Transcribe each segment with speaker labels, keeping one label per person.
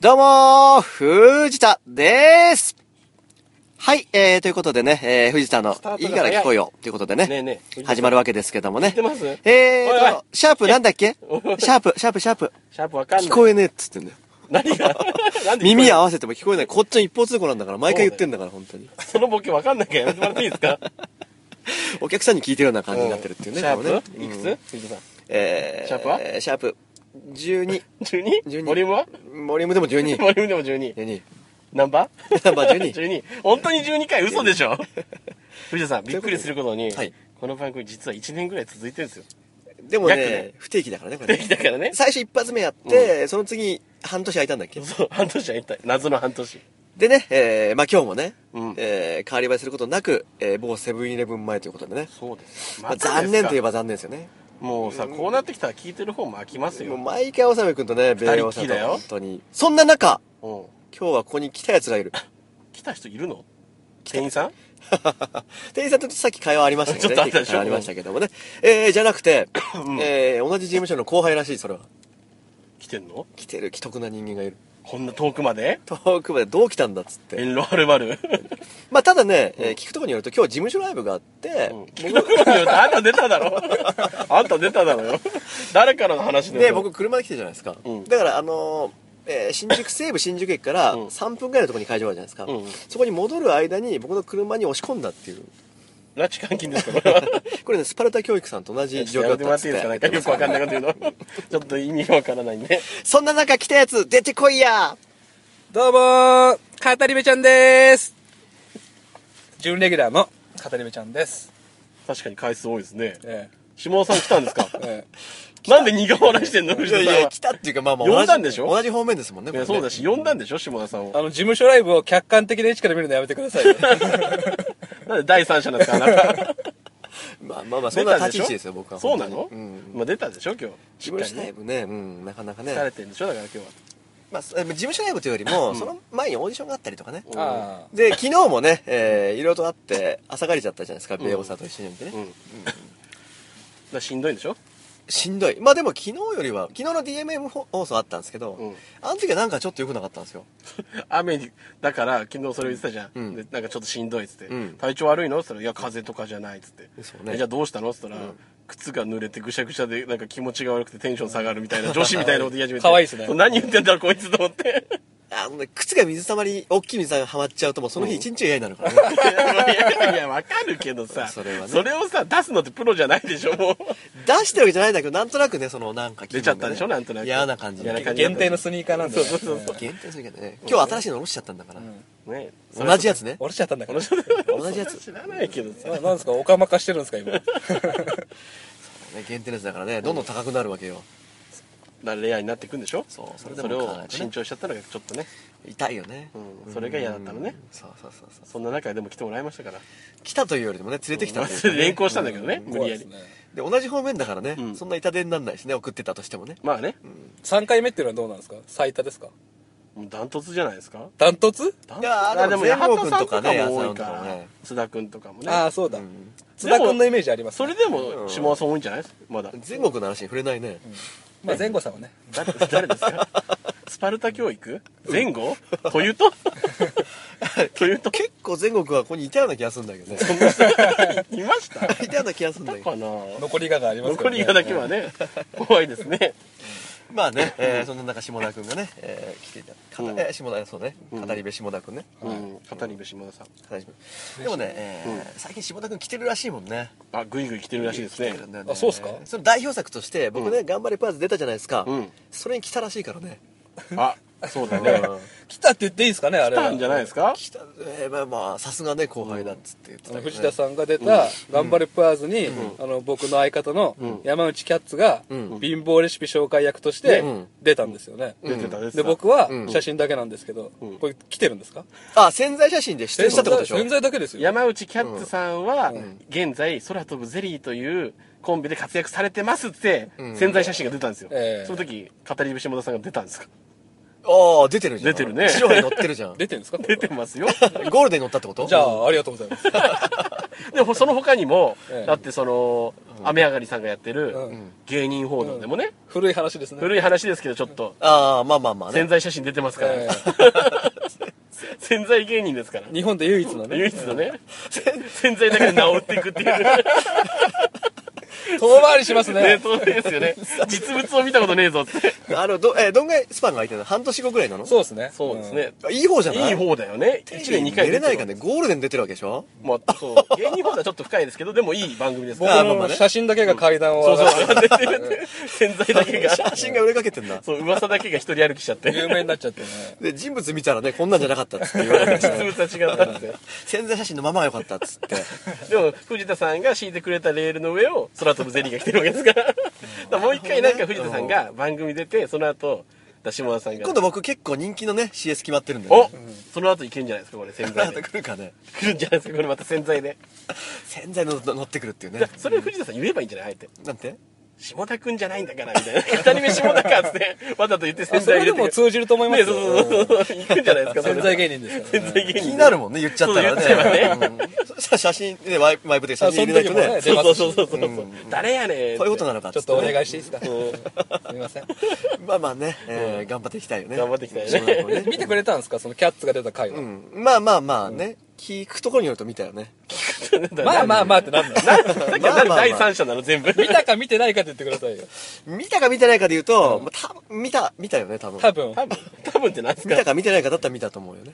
Speaker 1: どうもー、藤田でーすはい、えー、ということでね、えー、藤田の
Speaker 2: スタートが
Speaker 1: い
Speaker 2: 早い
Speaker 1: いから聞こえようということでね、
Speaker 2: ねえねえ藤田さん
Speaker 1: 始まるわけですけどもね。
Speaker 2: 聞いてます
Speaker 1: えーと、
Speaker 2: おいおい
Speaker 1: シャープなんだっ けシャープ、シャープ、シャープ。
Speaker 2: シャープわかんない。
Speaker 1: 聞こえねえっつってんだよ。
Speaker 2: 何 がなんで聞こえない
Speaker 1: 耳合わせても聞こえない。こっちの一方通行なんだから、毎回言ってんだから、本当に。
Speaker 2: そのボケわかんないからやめてもらっていいです か
Speaker 1: お客さんに聞いてるような感じになってるっていうね。
Speaker 2: シャ
Speaker 1: これね
Speaker 2: ープいくつ藤田さん。
Speaker 1: えー、
Speaker 2: シャープは
Speaker 1: えシャープ、12。
Speaker 2: 12?
Speaker 1: 12
Speaker 2: ボリュームは
Speaker 1: ボリュームでも12。
Speaker 2: ボリュームでも12。
Speaker 1: 12。
Speaker 2: ナンバー
Speaker 1: ナンバー12
Speaker 2: 12。本当に12回嘘でし ょ藤田さん、びっくりすることに、
Speaker 1: はい
Speaker 2: この番組実は1年ぐらい続いてるんですよ。
Speaker 1: でも
Speaker 2: 約ね
Speaker 1: ね、不定期だからね、これね
Speaker 2: できたからね。
Speaker 1: 最初一発目やって、その次半年空いたんだっけ
Speaker 2: そう、半年は一体、謎の半年。
Speaker 1: でね、えーまあ今日もね、
Speaker 2: うん
Speaker 1: えー変わり映えすることなく、えー某セブンイレブン前ということでね、
Speaker 2: そうですよ。
Speaker 1: まあ、残念といえ
Speaker 2: ば。
Speaker 1: ば残念ですよね
Speaker 2: もうさ、こうなってきたら聞いてる方も飽きます
Speaker 1: もう
Speaker 2: よ。
Speaker 1: 毎回修君とね
Speaker 2: 人っきりだ
Speaker 1: 米
Speaker 2: よ
Speaker 1: 欧さんと本当にそんな中
Speaker 2: うん。
Speaker 1: 今日はここに来たやつがいる
Speaker 2: 来た人いるの店員さん
Speaker 1: 店員さんとさっき会話ありましたけどね
Speaker 2: ちょっとあったでしょ
Speaker 1: 会話ありましたけどもね、えーじゃなくて、
Speaker 2: うん
Speaker 1: えー同じ事務所の後輩らしいそれは
Speaker 2: 来てんの
Speaker 1: 来てる既得な人間がいる
Speaker 2: こんな遠くまで
Speaker 1: 遠くまでどう来たんだっつって
Speaker 2: 遠路はるばる。
Speaker 1: まあただね、えー聞くところによると今日事務所ライブがあって、
Speaker 2: 僕の声によってあんた出ただろあんた出ただろよ誰からの話だ
Speaker 1: で
Speaker 2: よ
Speaker 1: 僕車で来てるじゃないですか、
Speaker 2: うん
Speaker 1: だからあのーえー新宿西武新宿駅から
Speaker 2: うん
Speaker 1: 3分ぐらいのところに会場あるじゃないですか、
Speaker 2: うん
Speaker 1: そこに戻る間に僕の車に押し込んだっていう
Speaker 2: 拉致監禁ですかこれは
Speaker 1: これねスパルタ教育さんと同じ状
Speaker 2: や
Speaker 1: 況だ
Speaker 2: め
Speaker 1: ってた
Speaker 2: もら
Speaker 1: ん
Speaker 2: っ
Speaker 1: です
Speaker 2: ていいですか
Speaker 1: って
Speaker 2: なんかよくわかんないこと言うのちょっと意味わからないんで
Speaker 1: そんな中来たやつ出てこいや
Speaker 3: どうもー、語り部ちゃんでーす。準レギュラーの語り部ちゃんです。
Speaker 2: 確かに回数多いですね
Speaker 3: え
Speaker 2: 下尾さん来たんですか
Speaker 3: ええ
Speaker 2: なんで苦笑いしてんの藤
Speaker 1: いやい
Speaker 2: 田さん
Speaker 1: や
Speaker 2: は
Speaker 1: 来たっていうかまあまあ
Speaker 2: 呼んだ
Speaker 1: 同
Speaker 2: ん
Speaker 1: じ
Speaker 2: でしょ
Speaker 1: 同じ方面ですもんね
Speaker 2: いや
Speaker 1: こ
Speaker 2: そ
Speaker 1: れ
Speaker 2: うだ
Speaker 1: ね
Speaker 2: し呼んだんでしょ下尾さんを
Speaker 3: あの、事務所ライブを客観的な位置から見るのやめてくださいよ。
Speaker 2: なんで第三者なんですかあなた
Speaker 1: まあまあま あそ
Speaker 2: 出
Speaker 1: んな
Speaker 2: たん
Speaker 1: 立ち位
Speaker 2: でしょ
Speaker 1: 置ですよ僕は
Speaker 2: そう
Speaker 1: 本当
Speaker 2: な
Speaker 1: に
Speaker 2: の
Speaker 1: うん
Speaker 2: まあ出たでしょ今日
Speaker 1: 事務所ラ
Speaker 2: ね
Speaker 1: イブね、うん、なかなかね
Speaker 2: 疲、れてるんでしょだから今日は
Speaker 1: まあ、え事務所ライブというよりも、その前にオーディションがあったりとかね、
Speaker 3: ああ。
Speaker 1: で昨日もね、えー、いろいろとあって朝がりちゃったじゃないですか米欧さんと一緒に見てね、
Speaker 2: うんだからしんどいんでしょ
Speaker 1: しんどいまあでも昨日よりは昨日の DMM 放送あったんですけど、
Speaker 2: うん
Speaker 1: あの時はなんかちょっと良くなかったんですよ
Speaker 2: 雨にだから昨日それ言ってたじゃん、
Speaker 1: うん
Speaker 2: でなんかちょっとしんどいっつって、
Speaker 1: うん
Speaker 2: 体調悪いのっつったら「いや風邪とかじゃない」っつって
Speaker 1: そうね
Speaker 2: えじゃあどうしたの?」っつったら、靴が濡れてぐしゃぐしゃでなんか気持ちが悪くてテンション下がるみたいな女子みたいなこと言い始めて
Speaker 3: 可愛いっすね
Speaker 2: そう何言ってんだろうこいつと思って
Speaker 1: あのね靴が水たまり大きい水たまりはまっちゃうともうその日一日が嫌になるからね、
Speaker 2: いやいやいやわかるけどさ
Speaker 1: それはね
Speaker 2: をさ出すのってプロじゃないでしょもう
Speaker 1: 出してるわけじゃないんだけどなんとなくねそのなんか気分がね
Speaker 2: 出ちゃったでしょなんとなく
Speaker 1: 嫌な感じ
Speaker 2: 嫌な感じ
Speaker 3: 限定のスニーカーなんで、ね。
Speaker 2: そうそうそう
Speaker 1: 限定するけどね今日新しいの下ろしちゃったんだから、
Speaker 2: ね
Speaker 1: 同じやつね
Speaker 3: 折れちゃったんだから。
Speaker 1: 同じやつ、
Speaker 2: 知らないけどさ
Speaker 3: ななんですか、おかまかしてるんですか、今。
Speaker 1: ね、限定のやつだからねどんどん高くなるわけよ、
Speaker 2: だからレアになっていくんでしょ
Speaker 1: そうそ
Speaker 2: そ
Speaker 1: れ
Speaker 2: れ
Speaker 1: でも
Speaker 2: を
Speaker 1: 考えてね
Speaker 2: 新調しちゃったのがちょっとね
Speaker 1: 痛いよね、
Speaker 2: うんそれが嫌だったのね
Speaker 1: うんそうそうそうそう
Speaker 2: そんな中でも来てもらいましたから
Speaker 1: 来たというよりもね連れてきたというかね
Speaker 2: 連行したんだけどね、無
Speaker 3: 怖
Speaker 2: 理
Speaker 3: い
Speaker 2: や
Speaker 3: です
Speaker 2: り
Speaker 3: ね。
Speaker 1: で同じ方面だからね、
Speaker 2: うん
Speaker 1: そんな痛手にならないしね送ってたとしてもね
Speaker 2: まあね、
Speaker 3: 3回目っていうのはどうなんですか最多ですか
Speaker 2: もうダントツじゃないですか
Speaker 3: ダントツ
Speaker 2: ダ
Speaker 1: いやーでも
Speaker 2: 八幡さん
Speaker 1: 全
Speaker 2: も
Speaker 1: 豪君
Speaker 2: 多い
Speaker 1: とか
Speaker 2: か、
Speaker 1: らね
Speaker 2: 津田君とかもね
Speaker 3: ああ、そうだ。
Speaker 1: ん
Speaker 3: 津田君のイメージあります、
Speaker 2: それでも下尾さん多いんじゃないまだ
Speaker 1: 全国の話に触れないね、
Speaker 3: まあ、前後さんはね。
Speaker 2: 誰誰ですかスパルタ教育前後というととい うと
Speaker 1: 結構全国はここにいたような気がするんだけどね
Speaker 2: いました
Speaker 1: いたような気がするんだけど
Speaker 2: かな
Speaker 3: 残りががあります
Speaker 2: 残
Speaker 3: から、ね。
Speaker 2: りがだけはね怖いですね
Speaker 1: まあね、えーそんな中下田君がね、えー来ていたかた
Speaker 2: うん
Speaker 1: えー下田そうね
Speaker 2: うん
Speaker 1: 語り部下田君ね、
Speaker 2: うん片部下田さん
Speaker 1: 語り部でもね、えー最近下田君来てるらしいもんね
Speaker 2: あぐいぐい来てるらしいですね
Speaker 1: 来てるんだよ
Speaker 3: あそうっすか
Speaker 1: その代表作として僕ね、頑張れパーズ出たじゃないですか、
Speaker 2: うん
Speaker 1: それに来たらしいからね
Speaker 2: あそうだね
Speaker 3: 来たって言っていいですかね、あ
Speaker 2: 来
Speaker 3: れは。
Speaker 2: たんじゃないですか
Speaker 1: 来たえーまあまあさすがね後輩だっつって言ってた
Speaker 3: あ
Speaker 1: けど
Speaker 3: の
Speaker 1: ね
Speaker 3: 藤田さんが出た「頑張れプアーズに」あの僕の相方の山内キャッツが
Speaker 1: うん
Speaker 3: 貧乏レシピ紹介役として
Speaker 1: うん
Speaker 3: 出たんですよね
Speaker 2: 出てた出てた
Speaker 3: で僕は
Speaker 1: うん
Speaker 3: 写真だけなんですけど
Speaker 2: うん
Speaker 3: これ来てるんですか
Speaker 1: あ潜在写真で出演したってことでしょ
Speaker 3: 潜在だけですよ
Speaker 2: 山内キャッツさんは、現在空飛ぶゼリーというコンビで活躍されてますって、
Speaker 1: ん
Speaker 2: 潜在写真が出たんですよ、
Speaker 3: ええ
Speaker 2: その時語り部下田さんが出たんですか
Speaker 1: ああ、出てるじゃん。
Speaker 2: 出てるね
Speaker 1: 白に乗ってるじゃん。
Speaker 3: 出てんですか
Speaker 2: 出てますよ。
Speaker 1: ゴールデンに乗ったってこと
Speaker 3: じゃあ、ありがとうござ います。
Speaker 2: でもその他にも、
Speaker 3: ええ
Speaker 2: だってその、雨上がりさんがやってる
Speaker 3: うん
Speaker 2: 芸人報道でもね、
Speaker 3: 古い話ですね。
Speaker 2: 古い話ですけどちょっと、
Speaker 1: ああ、まあまあまあね。
Speaker 2: 潜在写真出てますから、
Speaker 3: え
Speaker 2: 潜在芸人ですから
Speaker 3: え。日本で唯一のね。
Speaker 2: 唯一のね、潜在だけで治っていくっていう。
Speaker 3: 遠回りします
Speaker 2: ね
Speaker 3: ね。
Speaker 2: そうですよね。実物を見たことねえぞって。
Speaker 1: あの、ど、えーどんぐらいスパンが空いてるの半年後ぐらいなの
Speaker 3: そうですね。
Speaker 2: そうですね。
Speaker 1: あいい方じゃない
Speaker 2: いい方だよね。
Speaker 1: テレ
Speaker 2: 1
Speaker 1: ビ
Speaker 2: 年
Speaker 1: に
Speaker 2: 2回
Speaker 1: 出れないからね、ゴールデン出てるわけでしょ
Speaker 2: ま あ、そう。芸人報道はちょっと深いですけど、でもいい番組です
Speaker 3: うん。
Speaker 2: か
Speaker 3: 僕
Speaker 2: ら。
Speaker 1: あまあまあ
Speaker 3: の
Speaker 1: ね
Speaker 3: 写真だけが階段を
Speaker 2: そう
Speaker 3: 上
Speaker 2: そ
Speaker 3: がって、
Speaker 2: う。出てる潜在だけが。
Speaker 1: 写真が売れかけてんだ。
Speaker 2: そう、噂だけが一人歩きしちゃって。
Speaker 3: 有名になっちゃってね。
Speaker 1: で、人物見たらね、こんなんじゃなかったっつって言われて、
Speaker 2: 実 物は違ったって。
Speaker 1: 潜在写真のままが良かったっつって。
Speaker 2: でも、藤田さんが敷いてくれたレールの上を空飛ぶゼリーが来てるわけですから。だからもう一回なんか藤田さんが番組出て、その後、出し物さんが。
Speaker 1: 今度僕結構人気のね、CS 決まってるんで、
Speaker 2: お
Speaker 1: ね。
Speaker 2: その後いけんじゃないですか、これ、潜
Speaker 1: ま
Speaker 2: 在
Speaker 1: た
Speaker 2: で。
Speaker 1: 来るかね。
Speaker 2: 来るんじゃないですか、これまた潜在で。
Speaker 1: 潜在の乗ってくるっていう
Speaker 2: じゃ
Speaker 1: ね
Speaker 2: あ。それ藤田さん言えばいいんじゃないあえて。
Speaker 1: なんて
Speaker 2: 下田くんじゃないんだから、みたいな。二人目下田かっつって、わざと言って潜
Speaker 3: そ
Speaker 2: 在
Speaker 3: れ
Speaker 2: 入
Speaker 3: で
Speaker 2: れて
Speaker 3: も通じると思います
Speaker 2: ね、
Speaker 3: よ。
Speaker 2: そうそうそうそう。行くんじゃないですか、それ
Speaker 3: 潜在芸人ですから
Speaker 2: 潜
Speaker 3: ね。
Speaker 2: 在芸人。
Speaker 1: 気になるもんね、言っちゃったらね。
Speaker 2: そう言っちゃえば
Speaker 1: うんそしたら写真、ね、ワイワイプで写真入れないと
Speaker 3: あ
Speaker 1: ね。そ
Speaker 3: そ
Speaker 2: そう
Speaker 3: の時も
Speaker 2: うそ
Speaker 3: ね
Speaker 2: うそうそう。う誰やねん。
Speaker 1: いうことなのかっ
Speaker 3: ち
Speaker 1: つ
Speaker 3: ょ
Speaker 1: っ
Speaker 3: ってとお
Speaker 1: ね、
Speaker 3: 願いしていいですかすみません。
Speaker 1: まあまあね、えー頑張っていきたいよね。
Speaker 2: 頑張っていきたいね
Speaker 1: 島田君
Speaker 3: 見てくれたんですかそのキャッツが出た回は。
Speaker 1: うん。まあまあまあね、聞くところによると見たよね。
Speaker 3: まあまあまあってなんだよ。
Speaker 2: さっきは
Speaker 1: まあまあまあ
Speaker 2: 第三者なの、全部。
Speaker 3: 見たか見てないかって言ってくださいよ。
Speaker 1: 見たか見てないかで言うと、まあた見た、見たよね、多分。
Speaker 3: 多分。
Speaker 2: 多分、多分って何です
Speaker 1: 見た
Speaker 2: か
Speaker 1: か見てないかだったら見たと思うよね。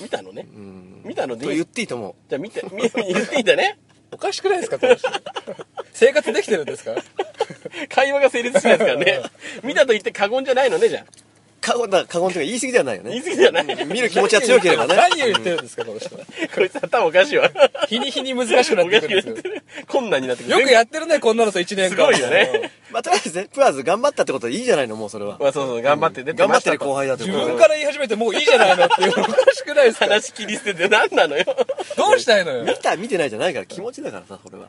Speaker 2: 見たのね。
Speaker 1: うん。
Speaker 2: 見たの
Speaker 1: と
Speaker 2: でい
Speaker 1: 言っ
Speaker 2: い。
Speaker 1: ていいと思
Speaker 2: じゃあ見て、見 言っていいんだね。
Speaker 3: おかしくないですかこの人生活できてるんですか
Speaker 2: 会話が成立しないですからね。見たと言って過言じゃないのね、じゃあ。
Speaker 1: う。過言、だ過言というか言い過ぎではないよ
Speaker 2: 言い
Speaker 1: ね。
Speaker 2: 過ぎじゃない。
Speaker 1: 見る気持ちが強ければね。
Speaker 3: 何を言ってるんですかこの人
Speaker 2: こいつ頭おかしいわ。
Speaker 3: 日に日に難しくなっ
Speaker 2: お
Speaker 3: て
Speaker 2: か
Speaker 3: く
Speaker 2: しく
Speaker 3: る
Speaker 2: なんっ
Speaker 3: ですよ
Speaker 2: てる。困難になってくる。
Speaker 3: よくやってるねこんなのさ1年間
Speaker 2: すごいよね。
Speaker 1: まあ、とりあえずね、プラーズ頑張ったってことでいいじゃないの、もうそれは。
Speaker 2: まあそうそう、頑張って出て
Speaker 1: 頑張
Speaker 2: ま
Speaker 1: っ
Speaker 2: してた
Speaker 1: る後
Speaker 2: と。
Speaker 1: 輩だと
Speaker 3: 自
Speaker 1: いう
Speaker 3: 分から言い始めてもうい いじゃないのっていうのおかしくないですか
Speaker 2: 話切り捨てて何なのよ。
Speaker 3: どうしたいのよ
Speaker 1: 見た見てないじゃないから気持ちだからさそれは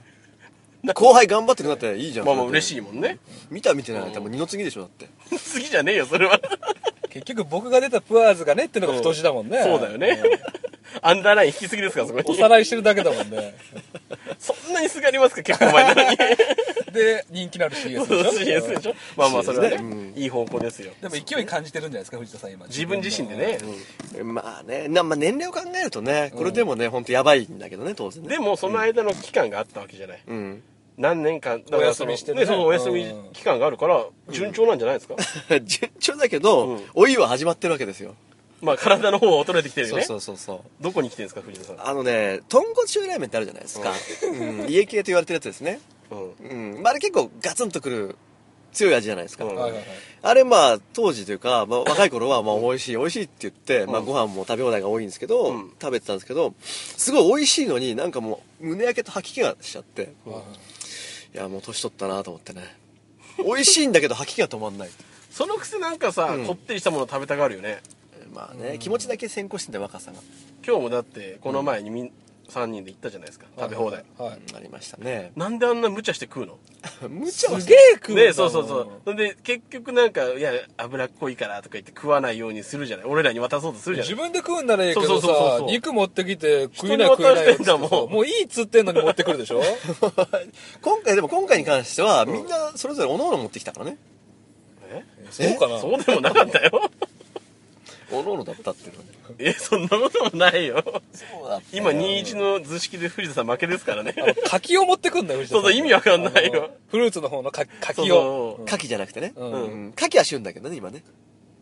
Speaker 1: 後輩頑張ってくなったらいいじゃん
Speaker 2: まあまあ嬉し
Speaker 1: い
Speaker 2: いもんね。
Speaker 1: 見た見てないなんてもう二の次でしょだって
Speaker 2: 次じゃねえよ、それは。
Speaker 3: 結局僕が出たプアーズがねってのが太字だもんね
Speaker 2: そうだよね。アンダーライン引きすぎですから、そこ
Speaker 3: お
Speaker 2: に。
Speaker 3: さらいしてるだけだもんね
Speaker 2: そんなにすがりますか、結構前なのに。
Speaker 3: で人気のある CS
Speaker 2: そう
Speaker 3: でしょ
Speaker 2: CS でしょまあまあ、それは
Speaker 1: そうですね
Speaker 2: ね、いい方向ですよ。
Speaker 3: でも勢い感じてるんじゃないですか藤田さん今
Speaker 2: 自分自身でね。
Speaker 1: まあねな、まあ、年齢を考えるとねこれでもね、ほんとやばいんだけどね当然ね
Speaker 2: でも、その間の期間があったわけじゃない。
Speaker 1: うん
Speaker 2: 何年間、だからその
Speaker 3: お休みしてるね
Speaker 2: ね。そうそう、お休
Speaker 3: う
Speaker 2: み
Speaker 3: ん
Speaker 2: 期間があるから、順調なんじゃないですか。
Speaker 1: 順調だけど、
Speaker 2: うん
Speaker 1: 老いは始まってるわけですよ、
Speaker 2: まあ、体の方は衰えてきてるよ
Speaker 1: そう
Speaker 2: ね。
Speaker 1: そうそうそう
Speaker 2: どこに来てるんですか、藤田さん。
Speaker 1: あのね豚骨中ラーメンってあるじゃないですか、うん、家系と言われてるやつですね
Speaker 2: うん。
Speaker 1: うんまあ、あれ結構ガツンとくる強い味じゃないですか、
Speaker 2: うん
Speaker 3: はいはいはい
Speaker 1: あれまあ当時というか、まあ、若い頃はまあ美味しい美味しいって言って、まあ、ご飯も食べ放題が多いんですけど、
Speaker 2: うん
Speaker 1: 食べてたんですけどすごい美味しいのになんかもう胸焼けと吐き気がしちゃって、いやもう年取ったなと思ってね美味しいんだけど吐き気が止まんない
Speaker 2: そのくせなんかさ、こってりしたもの食べたがるよね。
Speaker 1: まあね気持ちだけ先行してんだよ若さが
Speaker 2: 今日もだってこの前にみん、3人で行ったじゃないですか食べ放題、
Speaker 3: はい
Speaker 1: ありましたね
Speaker 2: なんであんな無茶して食うの
Speaker 1: 無茶はし
Speaker 3: すげえ食うんだもん
Speaker 2: ねそうそうそうそんで結局なんかいや脂っこいからとか言って食わないようにするじゃない俺らに渡そうとするじゃない
Speaker 3: 自分で食うんならいいけ
Speaker 2: そ
Speaker 3: ど
Speaker 2: うそうそうそう
Speaker 3: さ
Speaker 2: そう
Speaker 3: 肉持ってきて食えない
Speaker 2: 人に
Speaker 3: 食えない
Speaker 2: 渡
Speaker 3: よっ
Speaker 2: してん
Speaker 3: つってさ
Speaker 2: だもん
Speaker 3: もういいっつってんのに持ってくるでしょ
Speaker 1: 今回でも今回に関してはみんなそれぞれおのおの持ってきたからね
Speaker 2: え
Speaker 3: そうかな
Speaker 2: そうでもなかったよ
Speaker 1: おのおのだったっていうのはね
Speaker 2: えそんなこともないよ
Speaker 1: そうだったよ
Speaker 2: 今21の図式で藤田さん負けですからね
Speaker 3: あの柿を持ってくんだよ藤田さん
Speaker 2: そうそう意味わかんないよ
Speaker 3: あのフルーツの方の柿
Speaker 2: そう
Speaker 3: 柿を
Speaker 2: そう
Speaker 1: 牡蠣じゃなくてね、
Speaker 3: うん
Speaker 1: うん、牡蠣は旬だけどね今ね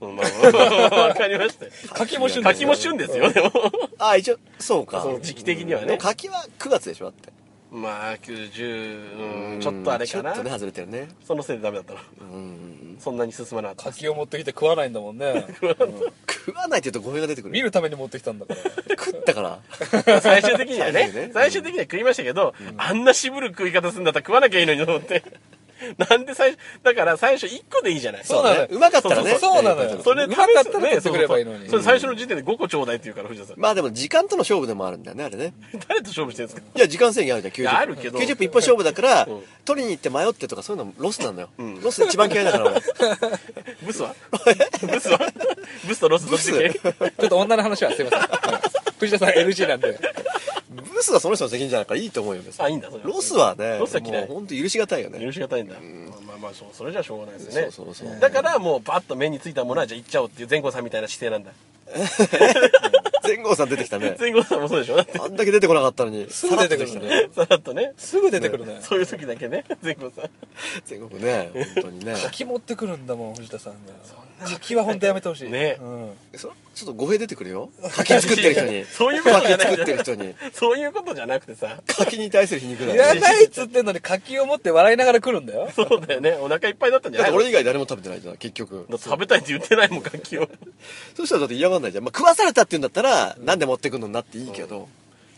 Speaker 2: うんまあまあまあわかりましたよ
Speaker 3: 柿も旬だよ
Speaker 2: 柿も旬ですよでも
Speaker 1: ああ一応そうか
Speaker 2: その時期的には
Speaker 1: で
Speaker 2: ね
Speaker 1: も柿は9月でしょだって
Speaker 2: まあ90うんちょっとあれかな
Speaker 1: ちょっとね外れてるね
Speaker 2: そのせいでダメだったの
Speaker 1: うん
Speaker 2: そんなに進まなかった
Speaker 3: 柿を持ってきて食わないんだもんね
Speaker 1: 食わないって言うと語弊が出てく
Speaker 3: 見
Speaker 1: る
Speaker 3: るために持ってきたん だから
Speaker 1: 食った から
Speaker 2: 最終的には
Speaker 1: 最終的にはね
Speaker 2: ね最終的には食いましたけど、あんな渋る食い方するんだったら食わなきゃいいのにと思って なんで最初だから最初1個でいいじゃない
Speaker 3: そうな のよ
Speaker 1: ねうまかったらね
Speaker 3: そうそうそうなのよ
Speaker 1: うん
Speaker 2: それ
Speaker 3: うまかったら
Speaker 2: ね
Speaker 3: 食ってくればいいのに
Speaker 2: そうそうそれ最初の時点で5個ちょうだいって言うから藤田さん
Speaker 1: まあでも時間との勝負でもあるんだよねあれね
Speaker 2: 誰と勝負してるんですか
Speaker 1: いや時間制限あるじゃん90
Speaker 2: いやあるけど
Speaker 1: 90分一本 勝負だから
Speaker 2: ん
Speaker 1: 取りに行って迷ってとかそういうのロスなんだよ
Speaker 2: ん
Speaker 1: ロス一番嫌いだから俺
Speaker 2: ブスはブスはブスとロスどっち系
Speaker 3: ちょっと女の話はすいません。藤田さん NG なんで。
Speaker 1: ブスはその人の責任じゃないからいいと思うよ別に
Speaker 2: あいいんだそれは
Speaker 1: ロスはね
Speaker 2: ロスは嫌い
Speaker 1: もう本当許しがたいよね
Speaker 2: 許しがたいんだ、まあまあそうそれじゃしょうがないですよね
Speaker 1: そうそうそう
Speaker 2: だからもうバッと目についたものはじゃあ行っちゃおうっていう善光さんみたいな姿勢なんだ
Speaker 1: 全豪さん出てきたね
Speaker 2: 善光さんもそうでしょだって
Speaker 1: あんだけ出てこなかったのに
Speaker 3: すぐ出てくるね
Speaker 1: さらっとき
Speaker 2: さらっとね
Speaker 3: すぐ出てくるね。
Speaker 2: そういう時だけね善光さん
Speaker 1: た全国ね本当に ね
Speaker 3: 柿持ってくるんだもん、藤田さんが。柿は本当やめてほしい。
Speaker 2: ね
Speaker 3: うん。
Speaker 1: そちょっと語弊出てくるよ柿作ってる人に
Speaker 2: そういうことじゃない
Speaker 1: 柿作ってる人に
Speaker 2: そういうことじゃなくてさ
Speaker 1: 柿に対する皮肉だ
Speaker 3: い
Speaker 1: よ
Speaker 3: ら
Speaker 1: ね
Speaker 3: ないっつってんのに柿を持って笑いながら来るんだよ。
Speaker 2: そうだよねお腹いっぱいだったんじゃ
Speaker 1: だっ
Speaker 2: な
Speaker 1: て
Speaker 2: い
Speaker 1: 俺以外誰も食べてないじゃん結局
Speaker 2: だって食べたいって言ってないもん楽器を
Speaker 1: そしたらだって嫌がんないじゃん、まあ、食わされたって言うんだったら、なんで持ってくんのになっていいけど、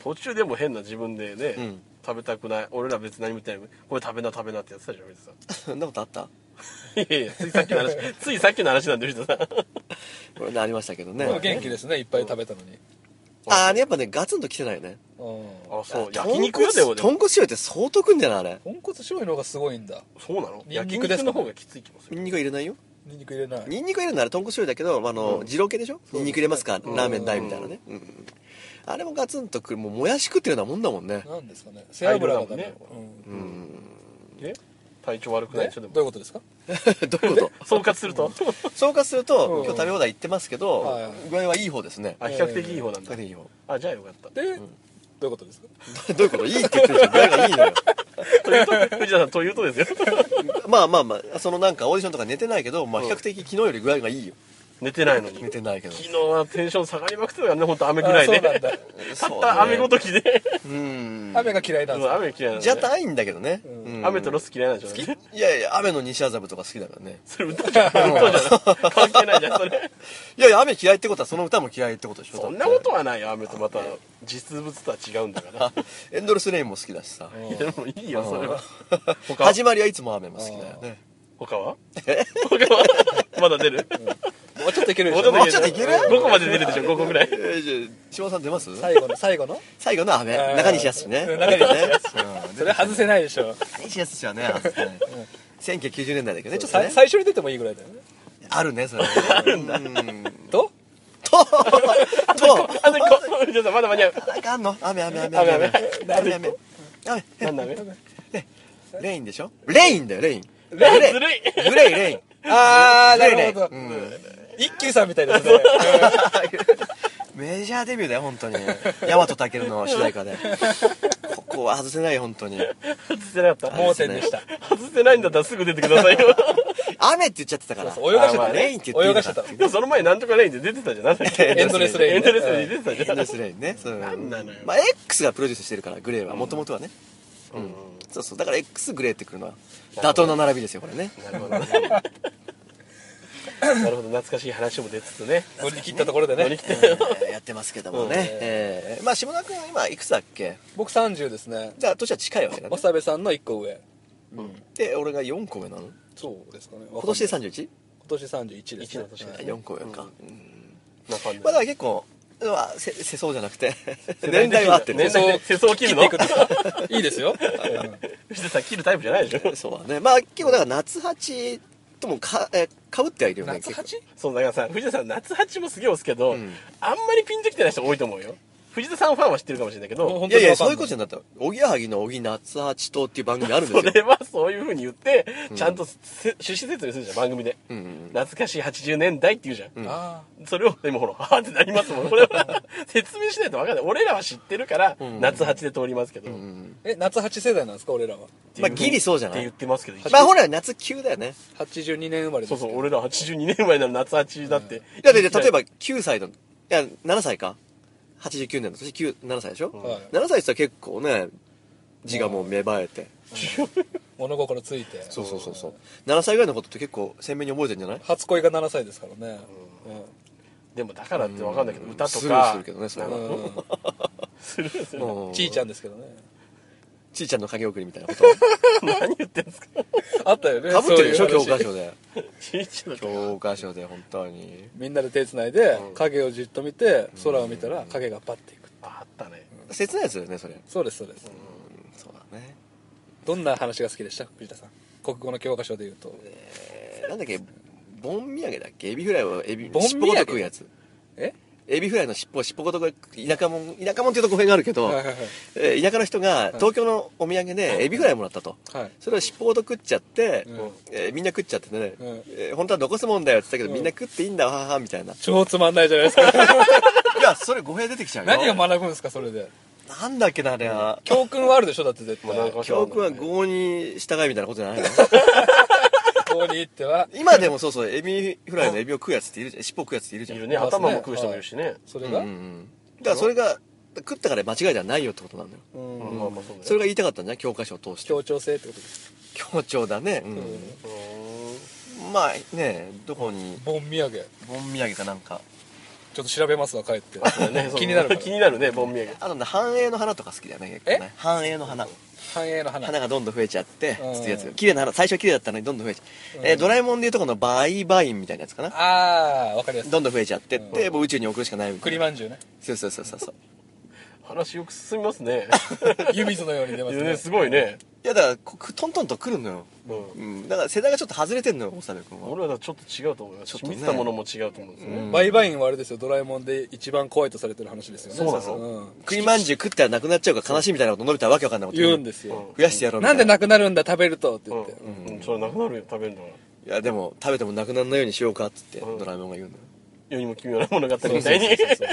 Speaker 2: 途中でも変な自分でね、
Speaker 1: うん
Speaker 2: 食べたくない俺ら別に何も言ってないこれ食べな食べなってやってたじゃん藤田
Speaker 1: そんなことあった
Speaker 2: さんいやいやついさっきの話 ついさっきの話なんで藤田さん
Speaker 1: これねありましたけどね
Speaker 3: でも元気ですね、いっぱい食べたのに。
Speaker 1: ああれやっぱねガツンと来てないよね
Speaker 3: うん。
Speaker 2: あそう
Speaker 1: あ
Speaker 2: 焼肉よでもで
Speaker 1: 豚
Speaker 2: も
Speaker 1: 骨醤油って相当くんじゃないあれ
Speaker 3: 豚骨白いの方がすごいんだ。
Speaker 2: そうなの
Speaker 3: ニン
Speaker 2: 焼
Speaker 3: ニクです
Speaker 2: 肉
Speaker 3: か
Speaker 2: の方がきつい気もす
Speaker 1: ニ
Speaker 2: る
Speaker 1: ンニクは入れないよ
Speaker 3: ニンニク入れない。
Speaker 1: ニンニク入れるなら豚骨醤油だけどあの、二郎系でしょニンニク入れますか、
Speaker 3: うん
Speaker 1: ラーメン代みたいなね、うんあれもガツンとくるもうもやし食ってるようなもんだもんね
Speaker 3: なんですかね。背脂がダメなのかな。うん
Speaker 2: え体調悪くない
Speaker 3: ね
Speaker 2: でし
Speaker 3: ど
Speaker 2: ょで
Speaker 3: うい
Speaker 2: も
Speaker 3: うことですか
Speaker 1: どういうこ
Speaker 2: 総括すると
Speaker 1: と総括すると、
Speaker 3: うん
Speaker 1: 今日食べ放題行ってますけど、
Speaker 3: はい
Speaker 1: 具合はいい方ですね
Speaker 2: あ比較的いい方なん
Speaker 1: 具
Speaker 2: だ
Speaker 1: 合いい方
Speaker 2: あじゃあよかった
Speaker 3: で、どういうことです か
Speaker 1: どういうこといいって言ってるじゃん具合がいいのよ
Speaker 2: というと藤田さんというとで すよ
Speaker 1: まあまあまあそのなんかオーディションとか寝てないけど、まあ、比較的昨日より具合がいいよ
Speaker 2: 寝てないのに
Speaker 1: 寝
Speaker 2: 昨
Speaker 1: てないけど
Speaker 2: 日はテンション下がりまくってたからね本当雨嫌い
Speaker 3: あそうなん
Speaker 2: で
Speaker 3: だ。
Speaker 2: たった雨ごときで
Speaker 1: うん
Speaker 3: 雨が嫌いなん
Speaker 2: う
Speaker 3: です
Speaker 2: ん
Speaker 3: か
Speaker 2: 雨嫌いなん
Speaker 1: じゃ
Speaker 2: だね
Speaker 1: たいんだけどね、うん
Speaker 2: 雨とロス嫌いなんじゃない
Speaker 1: いやいや雨の西麻布とか好きだからね
Speaker 2: それ歌じゃん歌じゃない関係ないじゃんそれ
Speaker 1: いやいや雨嫌いってことはその歌も嫌いってことでしょ
Speaker 2: そんなことはないよ雨とまた実物とは違うんだから
Speaker 1: だってエンドレスレインも好きだしさ
Speaker 2: いやでもいいよそれは他は
Speaker 1: 始まりはいつも雨も好きだよね
Speaker 2: 他は他はまだ出る
Speaker 3: もうちょっといけるで
Speaker 2: もう
Speaker 3: し
Speaker 2: ちょっ
Speaker 3: ょ
Speaker 2: といける
Speaker 1: もうちょっといける
Speaker 2: 5個まで出るでしょ5個ぐらい
Speaker 1: えーじゃあ島田さん出ます
Speaker 3: 最後の、最後の
Speaker 1: 最後の雨
Speaker 3: ー
Speaker 1: 中西康ね
Speaker 3: うん中西康
Speaker 1: ねうん
Speaker 3: それ外せないでしょ。
Speaker 1: 中西康はねはい1990年代だけどねちょっと
Speaker 3: さ
Speaker 1: ね
Speaker 3: い最初に出てもいいぐらいだよね。
Speaker 1: あるねそれねうん
Speaker 3: と
Speaker 1: とと
Speaker 2: あとこちょっとまだ間に合う
Speaker 1: なんかあんの雨雨雨雨
Speaker 2: 雨雨
Speaker 1: 雨雨雨雨
Speaker 2: なんだ雨
Speaker 1: レインでしょレインだよレイン
Speaker 2: レインずるい
Speaker 1: グレイレイン
Speaker 3: あー、
Speaker 1: グレ
Speaker 3: な
Speaker 1: イレイ
Speaker 3: る
Speaker 1: ン
Speaker 3: ほど。
Speaker 1: うん
Speaker 3: 一休さんみたいですね。
Speaker 1: メジャーデビューだよ本 当に大和健の主題歌でここは外せないよ本当に
Speaker 2: 外せなかった
Speaker 3: 盲点でした。
Speaker 2: 外せないんだったらすぐ出てくださいよ
Speaker 1: 雨って言っちゃってたから
Speaker 3: そう泳がし
Speaker 1: あ
Speaker 3: てた
Speaker 1: まあ
Speaker 3: ね。
Speaker 1: レインって言ってい
Speaker 3: 泳
Speaker 1: いの
Speaker 3: が
Speaker 1: か
Speaker 3: してた。
Speaker 2: でもその前なんとかレインで出てたじゃんなんだっけ
Speaker 1: エンドレスレイン
Speaker 2: エンドレスレインで出てたじ
Speaker 1: エ
Speaker 2: ゃ
Speaker 1: ンド
Speaker 2: ん
Speaker 1: レスレインねそう
Speaker 2: なんなのよ
Speaker 1: まあ X がプロデュースしてるからグレーはもともとはね
Speaker 2: うん
Speaker 1: そうそうだから X グレーってくるのは妥当な並びですよこれね
Speaker 2: なるほどねなるほど懐かしい話も出つつね
Speaker 3: 乗り切ったところで
Speaker 2: 乗り
Speaker 3: ね。
Speaker 2: 切って
Speaker 1: えーやってますけどもねえーまあ下田君は今いくつだっけ
Speaker 3: 僕30ですね。
Speaker 1: じゃあ年は近いわけだね
Speaker 3: 渡辺さんの1個上。
Speaker 1: で俺が4個目なの
Speaker 3: そうですかね。
Speaker 1: 今
Speaker 3: 今
Speaker 1: 年で
Speaker 3: 年
Speaker 1: 31?
Speaker 3: 31ですね。
Speaker 2: 一の年
Speaker 1: 4個目かうん
Speaker 2: な感じ
Speaker 1: まあだから結構うわせ世相じゃなくて
Speaker 2: 世
Speaker 1: 年
Speaker 2: 代的
Speaker 1: 代
Speaker 2: に
Speaker 1: は合ってる
Speaker 2: 年代で世相を切るの
Speaker 3: 切っていくんですかいいですよ。
Speaker 2: 藤田さん切るタイプじゃない でしょ
Speaker 1: そうだねまあ結構だから夏八ともかえかぶってはいるよね
Speaker 3: 夏 8?
Speaker 2: そうだからさ藤田さん夏八もすげえ押すけど、
Speaker 1: ん
Speaker 2: あんまりピンときてない人多いと思うよ藤田さんファンは知ってるかもしれないけど
Speaker 3: 本
Speaker 1: いやいやそういう
Speaker 3: 当
Speaker 1: ことじ
Speaker 3: に
Speaker 1: ゃなくておぎやはぎのおぎ夏八とっていう番組があるんで
Speaker 2: そ
Speaker 1: すよ
Speaker 2: れはそういうふうに言って、ちゃんとせ趣旨説明するじゃん番組で、
Speaker 1: うんうん
Speaker 2: 懐かしい80年代って言うじゃん、
Speaker 3: わかんないあ
Speaker 2: それをでもほらはあってなりますもんこれは説明しないと分かんない俺らは知ってるから、夏八で通りますけど、
Speaker 3: ーえ、夏8世代なんですか俺らは。
Speaker 1: まあギリそうじゃな
Speaker 2: って言
Speaker 1: い
Speaker 2: ってますけど、
Speaker 1: まあほら夏9だよね
Speaker 3: 82年生まれです
Speaker 2: そ
Speaker 3: け
Speaker 2: うそ
Speaker 3: ど。
Speaker 2: う俺ら82年前なら夏八だって、
Speaker 1: だって例えば9歳のいや7歳か89年の年9 7歳でしょ、
Speaker 3: はい
Speaker 1: 7歳って結構ね字がもう芽生えて
Speaker 3: 物心ついて
Speaker 1: そうそうそうそう7歳ぐらいのことって結構鮮明に覚えてんじゃない
Speaker 3: 初恋が7歳ですからね、う
Speaker 2: でもだからって分かんないけど、歌と
Speaker 1: スルー
Speaker 2: か
Speaker 1: するけどねそれは
Speaker 2: なんか
Speaker 3: ん
Speaker 2: スルーする
Speaker 1: う
Speaker 3: うんん、ちいちゃんですけどね
Speaker 1: ちいちゃんの影送りみたい なこと
Speaker 2: 何言ってんすか
Speaker 3: あったよね
Speaker 1: かぶってるでしょ
Speaker 3: そうい
Speaker 1: 教
Speaker 3: う話
Speaker 1: 科書で
Speaker 2: ちいちゃんだと
Speaker 1: 教科書で本当に
Speaker 3: みんなで手つないで影をじっと見て空を見たら影がパッていく
Speaker 2: あったね
Speaker 1: 切ないやつだよねそれ、うん、
Speaker 3: そうですそうです、
Speaker 1: そうだね、
Speaker 3: どんな話が好きでした藤田さん国語の教科書で言うと
Speaker 1: えーなんだっけボン土産だっけエビフライはエビ
Speaker 3: ボン土産
Speaker 1: 尻尾ごと食うやつ
Speaker 3: え
Speaker 1: エビフライの尻尾尻尾ごと食う田舎もん田舎もんっていうと語弊があるけど、
Speaker 3: はいはいはい
Speaker 1: えー田舎の人が東京のお土産でエビフライもらったと、
Speaker 3: はい
Speaker 1: それを尻尾ごと食っちゃって、
Speaker 3: うん
Speaker 1: えーみんな食っちゃってね、
Speaker 3: うん
Speaker 1: えー本当は残すもんだよって言ったけど、みんな食っていいんだわははみたいない
Speaker 3: 超つまんないじゃないですか
Speaker 1: やそれ語弊出てきちゃうよ
Speaker 3: 何を学ぶんですかそれで
Speaker 1: なんだっけなあれは、
Speaker 3: 教訓はあるでしょだって絶
Speaker 2: まあなん
Speaker 3: 対
Speaker 2: か
Speaker 1: 教訓は合に従いみたいなことじゃない の
Speaker 3: ここに行っては
Speaker 1: 今でもそうそうエビフライのエビを食うやつっているじゃん尻尾食うやつっているじゃ
Speaker 2: い
Speaker 1: ん
Speaker 2: るね
Speaker 3: ますね
Speaker 2: 頭も食う人もいるしね、
Speaker 3: それ
Speaker 1: うん
Speaker 3: が、
Speaker 1: うんうんだからそれが食ったから間違いじゃないよってことなんだよ
Speaker 3: うん
Speaker 2: うんまあまあそうだね
Speaker 1: それが言いたかったんじゃない教科書を通して
Speaker 3: 協調性ってことです、
Speaker 1: 強調だねうん、
Speaker 3: うん
Speaker 2: うー
Speaker 1: まあねどこに
Speaker 3: ボン土産ちょ
Speaker 1: 盆土産かなんか
Speaker 3: っと調べますわ帰って
Speaker 2: んだねそう
Speaker 3: 気になるから
Speaker 2: 気になるね盆土産
Speaker 1: あとね繁栄の花とか好きだよね結構ね繁栄の花
Speaker 3: 繁栄の花
Speaker 1: 花がどんどん増えちゃって
Speaker 3: うん
Speaker 1: つってやつ綺麗な花最初綺麗だったのにどんどん増えちゃう、えードラえもんでいうとこのバイバインみたいなやつかな
Speaker 3: ああわかりやすい
Speaker 1: どんどん増えちゃってって、もう宇宙に送るしかないみたい
Speaker 3: 栗
Speaker 1: な
Speaker 3: まんじゅうね
Speaker 1: そうそうそうそうそう
Speaker 2: 話よく進みますね
Speaker 3: 湯水のように出ま
Speaker 2: い
Speaker 3: す
Speaker 2: や
Speaker 3: ね
Speaker 2: ねすごいね、
Speaker 1: いやだからこトントンと来るのよ、
Speaker 2: うん、
Speaker 1: うん、だから世代がちょっと外れてんのよ長部君は
Speaker 2: 俺はだからちょっと違うと思います
Speaker 1: ち
Speaker 2: ち
Speaker 1: ょ
Speaker 2: ょ
Speaker 1: っとね
Speaker 2: っと見てたものも違うと思うんですよね、
Speaker 3: バイバインはあれですよドラえもんで一番怖いとされてる話ですよね
Speaker 2: そうなの
Speaker 3: ん
Speaker 1: 栗まんじゅう食ったらなくなっちゃうから悲しいみたいなこと述べたらわけわかんないこと
Speaker 3: 言うんですすよ、
Speaker 1: 増やしてやろうみた
Speaker 3: ないん
Speaker 1: な
Speaker 3: でなくなるんだ食べるとって
Speaker 2: う
Speaker 3: 言
Speaker 2: ん
Speaker 3: って、
Speaker 2: うんそれなくなるよ食べるのが
Speaker 1: いやでも食べてもなくならないようにしようかっつって、
Speaker 2: うん
Speaker 1: ドラえもんが言うのよ
Speaker 2: 世にも奇妙な物語みたいに
Speaker 3: そうそうそう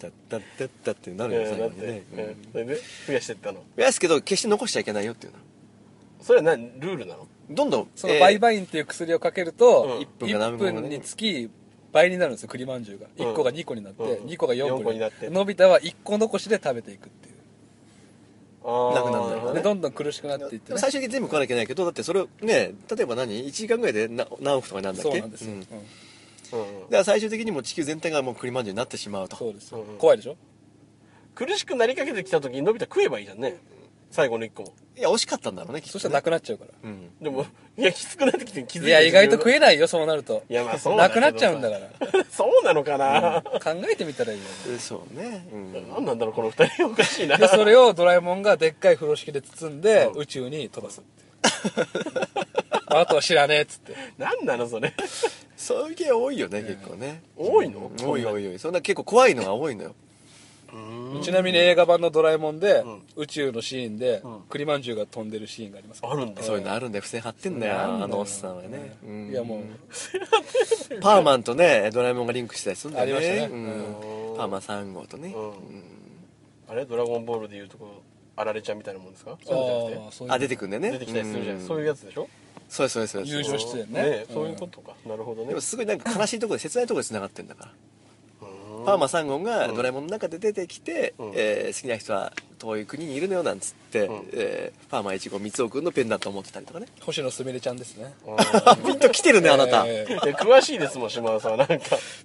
Speaker 1: だったったったって なるよ
Speaker 2: え
Speaker 1: 最
Speaker 2: ーだ
Speaker 1: 後
Speaker 2: っ
Speaker 1: にね
Speaker 2: て、
Speaker 1: うん
Speaker 2: えーそれで増やしてったの
Speaker 1: 増やすけど決して残しちゃいけないよっていうの
Speaker 2: それは何ルールなの
Speaker 1: どんどん
Speaker 3: そのバイ
Speaker 1: イ
Speaker 3: バインっていう薬をかけると、
Speaker 1: うん
Speaker 3: 一1分につき倍になるんですよ栗まんじゅうが
Speaker 2: うん
Speaker 3: 1個が2個になって、
Speaker 2: うん
Speaker 3: 2個が4
Speaker 2: 四
Speaker 3: 個
Speaker 2: 個
Speaker 3: に
Speaker 2: に
Speaker 3: な
Speaker 2: な
Speaker 3: っ
Speaker 2: ってて
Speaker 3: のび太は1個残しで食べていくっていう
Speaker 2: あ
Speaker 1: なくなるんだよね
Speaker 2: ほど
Speaker 3: でどんどん苦しくなっていって
Speaker 1: でも
Speaker 3: ね
Speaker 1: 最終的に全部食わなきゃいけないけどだってそれをね例えば何1時間ぐらいでな何億とかになるんだっ
Speaker 3: そ
Speaker 1: け
Speaker 3: うなんですよ、
Speaker 1: う
Speaker 3: うんん
Speaker 1: だか
Speaker 2: うんうん
Speaker 1: ら最終的にもう地球全体がもう栗まんじゅうになってしまうと
Speaker 3: そうですよ、
Speaker 2: うん
Speaker 3: 怖いでしょ
Speaker 2: 苦しくなりかけてきた時にのび太食えばいいじゃんね最後の一個も
Speaker 1: いや惜しかったんだろうねきっ
Speaker 3: そ
Speaker 1: と
Speaker 3: したらなくなっちゃうから
Speaker 1: うん
Speaker 2: でもいやきつくなってきて気づいて
Speaker 3: いや意外と食
Speaker 2: え
Speaker 3: えないよそうなると
Speaker 2: いやまあそうだ
Speaker 3: なく
Speaker 2: けどさ
Speaker 3: なっちゃうんだから
Speaker 2: そうなのかな、
Speaker 3: 考えてみたらいいよね
Speaker 1: えそうね、うん
Speaker 2: うん、何なんだろうこの二人おかしいな
Speaker 3: でそれをドラえもんがでっかい風呂敷で包んで宇宙に飛ばすっていう あとは知らねえっつって
Speaker 2: 何なのそれ
Speaker 1: そういう系多いよね結構ね
Speaker 2: 多いの
Speaker 1: 多い多い多いそんな結構怖いのが多いのよ
Speaker 3: ちなみに映画版の「ドラえもん」で、
Speaker 2: ん
Speaker 3: 宇宙のシーンで、
Speaker 2: うん
Speaker 3: 栗まんじゅうが飛んでるシーンがあります
Speaker 2: あるんだ
Speaker 1: そういうのあるんだよ付箋貼ってんだよ
Speaker 3: なんだよ
Speaker 1: あのおっさんはね、うん
Speaker 3: いやもう
Speaker 1: パーマンとねドラえもんがリンクしてたりするんだよね
Speaker 3: ありましたね
Speaker 1: うん、パーマン3号とね、
Speaker 2: うんあれドラゴンボールでいうとこあられちゃんみたいなもんですかそういうのじゃなく
Speaker 3: あーそういう
Speaker 1: あ出てくるんだよね
Speaker 2: て出てきたりするじゃな
Speaker 1: う
Speaker 2: い、、
Speaker 1: んん
Speaker 2: そういうやつでしょ
Speaker 1: そうですそうですそう
Speaker 3: 友
Speaker 1: です
Speaker 3: 情出演ねうん
Speaker 2: そういうことか、なるほどね
Speaker 1: でもすごいなんか悲しいところで切ないところで繋がってんだから、パーマ3号がドラえもんの中で出てきて、
Speaker 2: うん
Speaker 1: えー好きな人は遠い国にいるのよなんつって、
Speaker 2: うん
Speaker 1: えーパーマ1号三つくんのペンダントを持ってたりとかね
Speaker 3: 星野すみれちゃんですね
Speaker 2: うん
Speaker 1: ピンと来てるねあなた、
Speaker 3: えー
Speaker 2: いや詳しいですもん島田さんなんか